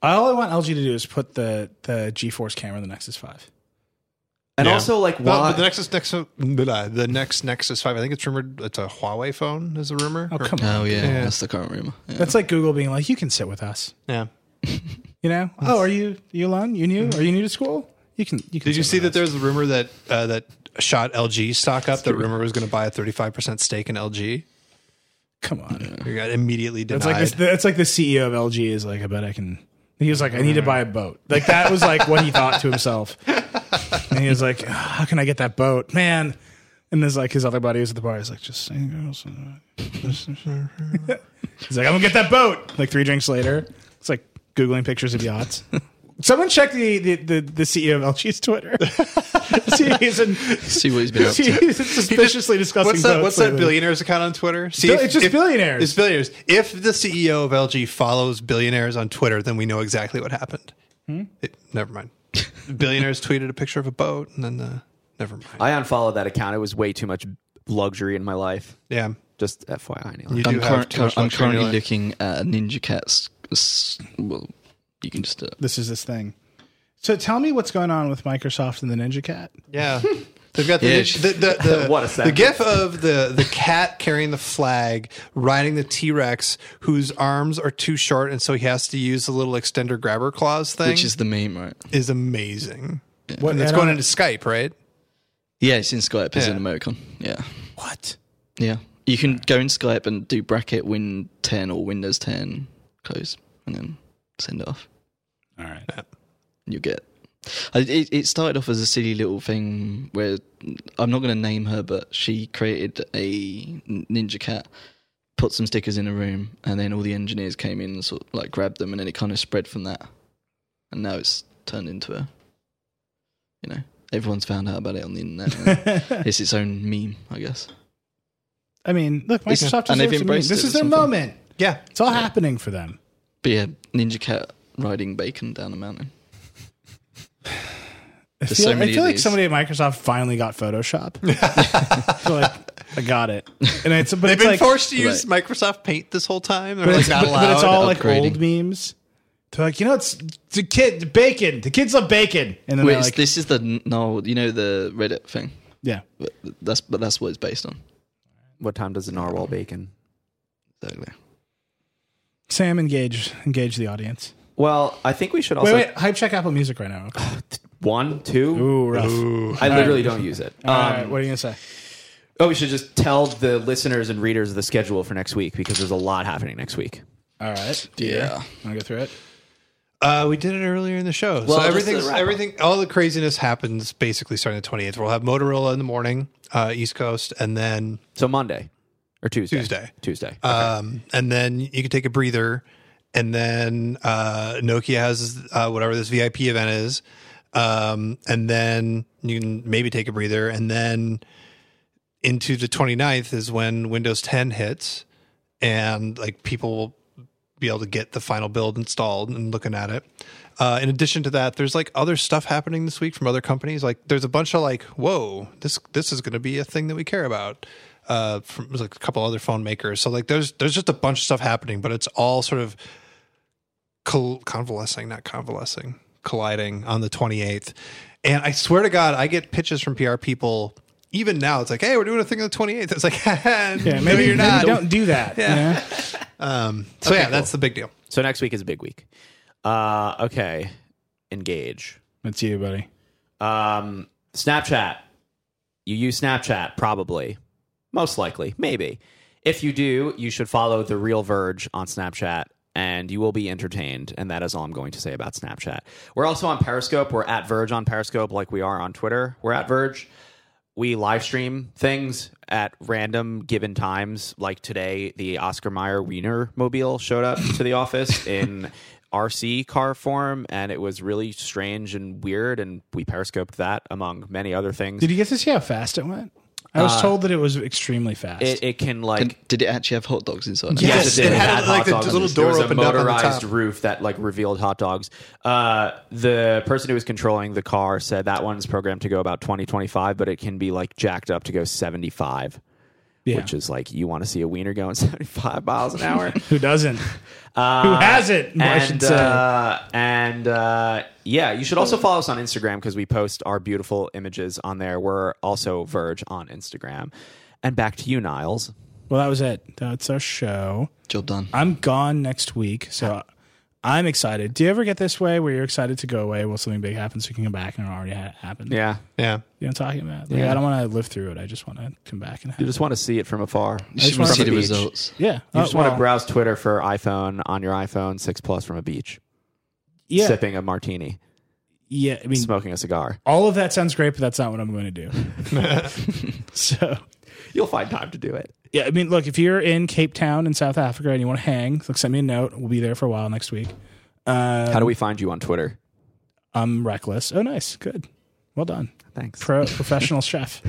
All I want LG to do is put the the GeForce camera in the Nexus Five. And Yeah. also, like, Well, why? but the Nexus next the next Nexus Five. I think it's rumored it's a Huawei phone. Is the rumor? Oh Or- come on! Oh yeah, that's the current rumor. Yeah. That's like Google being like, "You can sit with us." Yeah. You know? Oh, are you you alone? You new? Are you new to school? You can. You can Did you sit see with that us. there's a rumor that uh, that shot LG stock up? That rumor was going to buy a 35 percent stake in LG. Come on. You got immediately denied. It's like this, that's like the CEO of LG is like, I bet I can. He was like, I need to buy a boat. Like that was like what he thought to himself. And he was like, "Ah, How can I get that boat, man? And there's like his other buddy was at the bar. He's like, Just saying girls. He's like, I'm gonna get that boat. Like three drinks later, it's like googling pictures of yachts. Someone check the the, the, the CEO of LG's Twitter. *laughs* See, he's, in, See what *laughs* he's been up to. he's suspiciously discussing What's that? boats What's that lately. billionaires account on Twitter? See, Bill- it's just billionaires. It's billionaires. If the CEO of LG follows billionaires on Twitter, then we know exactly what happened. Hmm? It- never mind. billionaires tweeted a picture of a boat, and then uh, never mind. I unfollowed that account. It was way too much luxury in my life. yeah, Just FYI, Neil. you do I'm, have current, too much I'm luxury in your currently life. looking at a Ninja Cat's. s- Well, you can just. Uh, this is this thing. So tell me what's going on with Microsoft and the Ninja Cat. Yeah. They've got the, Yeah. ninja- the, *laughs* the, the, What a the sentence. gif of the, the cat carrying the flag, riding the T Rex, whose arms are too short, and so he has to use the little extender grabber claws thing, which is the meme, right? is amazing. What, And that's I going don't- into Skype, right? Yeah, it's in Skype. It's an Yeah. emoticon. Yeah, what? yeah. You can go in Skype and do bracket Win 10 or Windows 10 close, and then send it off. All right. you get. I- It, it started off as a silly little thing where I'm not going to name her, but she created a ninja cat, put some stickers in a room, and then all the engineers came in and sort of like grabbed them, and then it kind of spread from that. And now it's turned into a, you know, everyone's found out about it on the internet. and it's its own meme, I guess. I mean, look, It's- Microsoft and they've deserves to be. embraced This it is their at some point. moment. Yeah. It's all happening for them. But yeah, ninja cat riding bacon down a mountain. I There's feel, so many I feel of like these. somebody at Microsoft finally got *laughs* Photoshop. I feel like I got it, and it's but They've it's been like, forced to use Microsoft Paint this whole time. They're but, like it's, not but- allowed. but it's all like Upgrading. old memes. They're like, you know, it's the kid the bacon. The kids love bacon, and then Wait, they're it's- like, this is the no, you know the Reddit thing. yeah, But that's but that's what it's based on. What time does the narwhal bacon? Exactly. Sam engage engage the audience. Well, I think we should Wait, also wait, hype check Apple Music right now. one, two. Ooh, rough. I literally don't use it. Um, All right, what are you gonna say? Oh, we should just tell the listeners and readers the schedule for next week because there's a lot happening next week. All right, Yeah. want to go through it? Uh, we did it earlier in the show. Well, so just to everything's wrap up. everything all the craziness happens basically starting the 28th. We'll have Motorola in the morning, uh, East Coast, and then So Monday or Tuesday. Tuesday. Tuesday. um, and then you can take a breather. And then uh, Nokia has uh, whatever this VIP event is. Um, and then you can maybe take a breather. And then into the 29th is when Windows 10 hits, and like people will be able to get the final build installed and looking at it. Uh, in addition to that, there's like other stuff happening this week from other companies. Like there's a bunch of like, whoa, this this is going to be a thing that we care about. Uh, from there's, like a couple other phone makers. So like there's there's just a bunch of stuff happening, but it's all sort of col- convalescing, not convalescing, colliding on the 28th. And I swear to God, I get pitches from PR people. Even now, it's like, hey, we're doing a thing on the 28th. It's like, *laughs* Yeah, maybe, maybe, maybe you're not. Don't do that. you *laughs* know? Um, so yeah, that's the big deal. so next week is a big week. Uh, okay. Engage. That's you, buddy. Um, Snapchat. You use Snapchat, probably. Most likely. Maybe. If you do, you should follow The Real Verge on Snapchat and you will be entertained. And that is all I'm going to say about Snapchat. We're also on Periscope. We're at Verge on Periscope, like we are on Twitter. We're at Verge. We live stream things at random given times. Like today, the Oscar Mayer Wiener mobile showed up to the office in RC car form, and it was really strange and weird. And we periscoped that among many other things. Did you get to see how fast it went? I was told that it was extremely fast. Uh, It, it can like And did it actually have hot dogs inside? Yeah. Yes, Yes, it, did. it had, had like, hot the dogs on little the- door there was opened a up on the motorized top. roof that like revealed hot dogs. Uh, the person who was controlling the car said that one's programmed to go about 20, 25, but it can be like jacked up to go 75, Yeah. which is like you want to see a wiener going *laughs* 75 miles *laughs* an *laughs* hour. *laughs* Who doesn't? Uh, Who hasn't, I should and, say. uh, and uh, yeah, you should also follow us on Instagram because we post our beautiful images on there. We're also Verge on Instagram. And back to you, Niles. Well, that was it. That's our show. Job done. I'm gone next week, so I'm excited. Do you ever get this way where you're excited to go away while something big happens, so you can come back and it already ha- happened? Yeah, Yeah. You know what I'm talking about? Like, Yeah. I don't want to live through it. I just want to come back and you have just want to see it from afar. You should wanna see from the beach. results. Yeah. You Oh, just want to well, browse Twitter for iPhone on your iPhone 6 Plus from a beach, yeah, sipping a martini, yeah. I mean, smoking a cigar. all of that sounds great, but that's not what I'm going to *laughs* do. *laughs* so, You'll find time to do it. yeah, I mean, look, if you're in Cape Town in South Africa and you want to hang, look, send me a note. We'll be there for a while next week. Uh, How do we find you on Twitter? I'm reckless. Oh, nice. Good. Well done. Thanks. *laughs* Pro professional chef.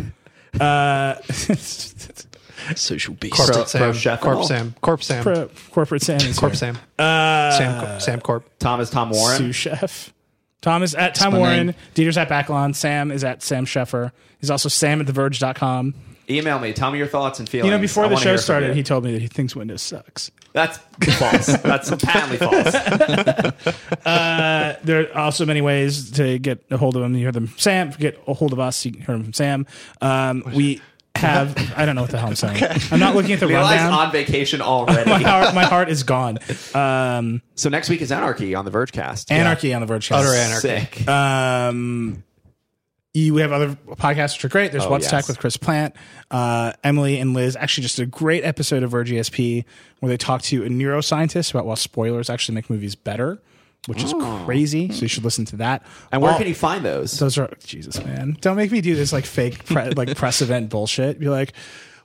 Uh, *laughs* Social beast. Corp Pro- Sam. Pro Chef and Corp all. Sam. Corp Sam. pro corporate Sam. is Corp here. Sam. Uh, Sam. Corp- Sam Corp. Tom is Tom Warren. sous chef. Tom is at Tom my Warren. name. Dieter's at Backlon. Sam is at Sam Sheffer. He's also Sam at theverge.com. Email me. Tell me your thoughts and feelings. You know, before I the wanna show hear from you. started, he told me that he thinks Windows sucks. That's *laughs* false. That's apparently false. There are also many ways to get a hold of him. You heard them from Sam. Get a hold of us. You heard them from Sam. Um, we have. I don't know what the hell I'm saying. I'm not looking at the Eli's rundown. on vacation *laughs* already. my, heart, my heart is gone. Um, so next week is Anarchy on the Vergecast. anarchy Uh, on the verge. Utter anarchy. Sick. Um, you we have other podcasts which are great. There's What's Oh, yes. Tech with Chris Plant, uh, Emily and Liz. Actually, just a great episode of Verge ESP where they talk to a neuroscientist about why spoilers actually make movies better, which is crazy. So you should listen to that. Oh. and where All- can you find those? Those are Jesus, man. Don't make me do this like fake pre- like press event bullshit. Be like.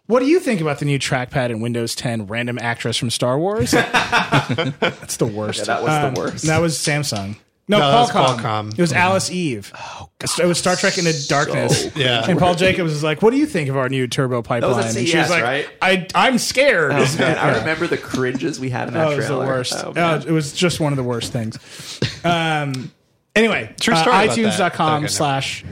What do you think about the new trackpad in Windows 10 random actress from Star Wars? *laughs* That's the worst. that was the Um, worst. That was Samsung. No, No, that was Qualcomm. Qualcomm. Mm-hmm. It was Alice Eve. Oh, It was Star Trek Into Darkness. Yeah. And Paul Jacobs was like, "What do you think of our new turbo pipeline?" was at and she was CES, like, right? Oh, "I I'm scared." *laughs* Man, I remember the cringes we had in that Oh, it was the trailer. worst. Oh, man. Oh, it was just one of the worst things. Um, Anyway, True story about that. Okay, iTunes.com never- slash.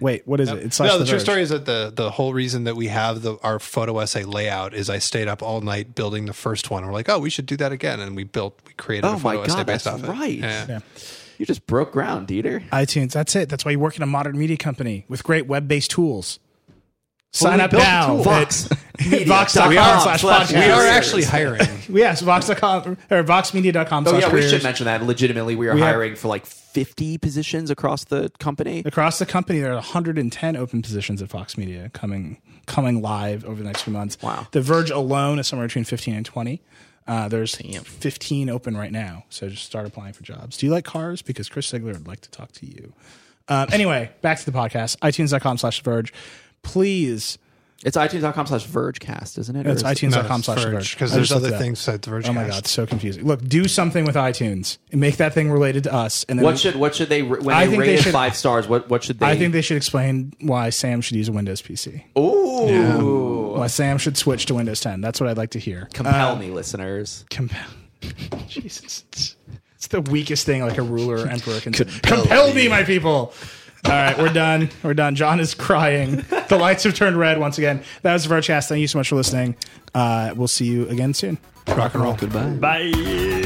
Wait, what is it? It's slash no, the, The true Verge. story is that the the whole reason that we have the our photo essay layout is I stayed up all night building the first one. We're like, oh, we should do that again, and we built, we created a Oh my photo essay God, based that's off right. it. Yeah. Yeah. You just broke ground, Dieter. iTunes. That's it. That's why you work in a modern media company with great web based tools. Sign we up built now. tools. *laughs* Vox. at Vox.com We are- slash slash- podcast. We are Yeah. actually hiring. Yes, Vox.com or VoxMedia.com Oh slash yeah, we should careers. mention that. Legitimately, we are We have- hiring for like fifty positions across the company. Across the company, there are 110 open positions at Fox Media coming coming live over the next few months. Wow. The Verge alone is somewhere between 15 and 20. Uh, there's 15 open right now, so just start applying for jobs. Do you like cars? Because Chris Sigler would like to talk to you. Um, anyway, back to the podcast. iTunes.com slash The Verge. Please. It's iTunes.com slash VergeCast, isn't it? Or It's is it- iTunes.com slash The Verge. because I there's just looked other it up. things that the Verge. Oh my god, so confusing. Look, do something with iTunes and make that thing related to us. And then What should what should they when I they think rate they it should- five stars? What what should they? I think they should explain why Sam should use a Windows PC. Ooh, Why Sam should switch to Windows 10. That's what I'd like to hear. compel me, listeners. Compel. *laughs* Jesus, it's, it's the weakest thing like a ruler or emperor can compel, me, my people. All right, we're done. We're done. John is crying. The lights have turned red once again. That was the Verchast. Thank you so much for listening. Uh, we'll see you again soon. Rock and roll. Goodbye. Bye.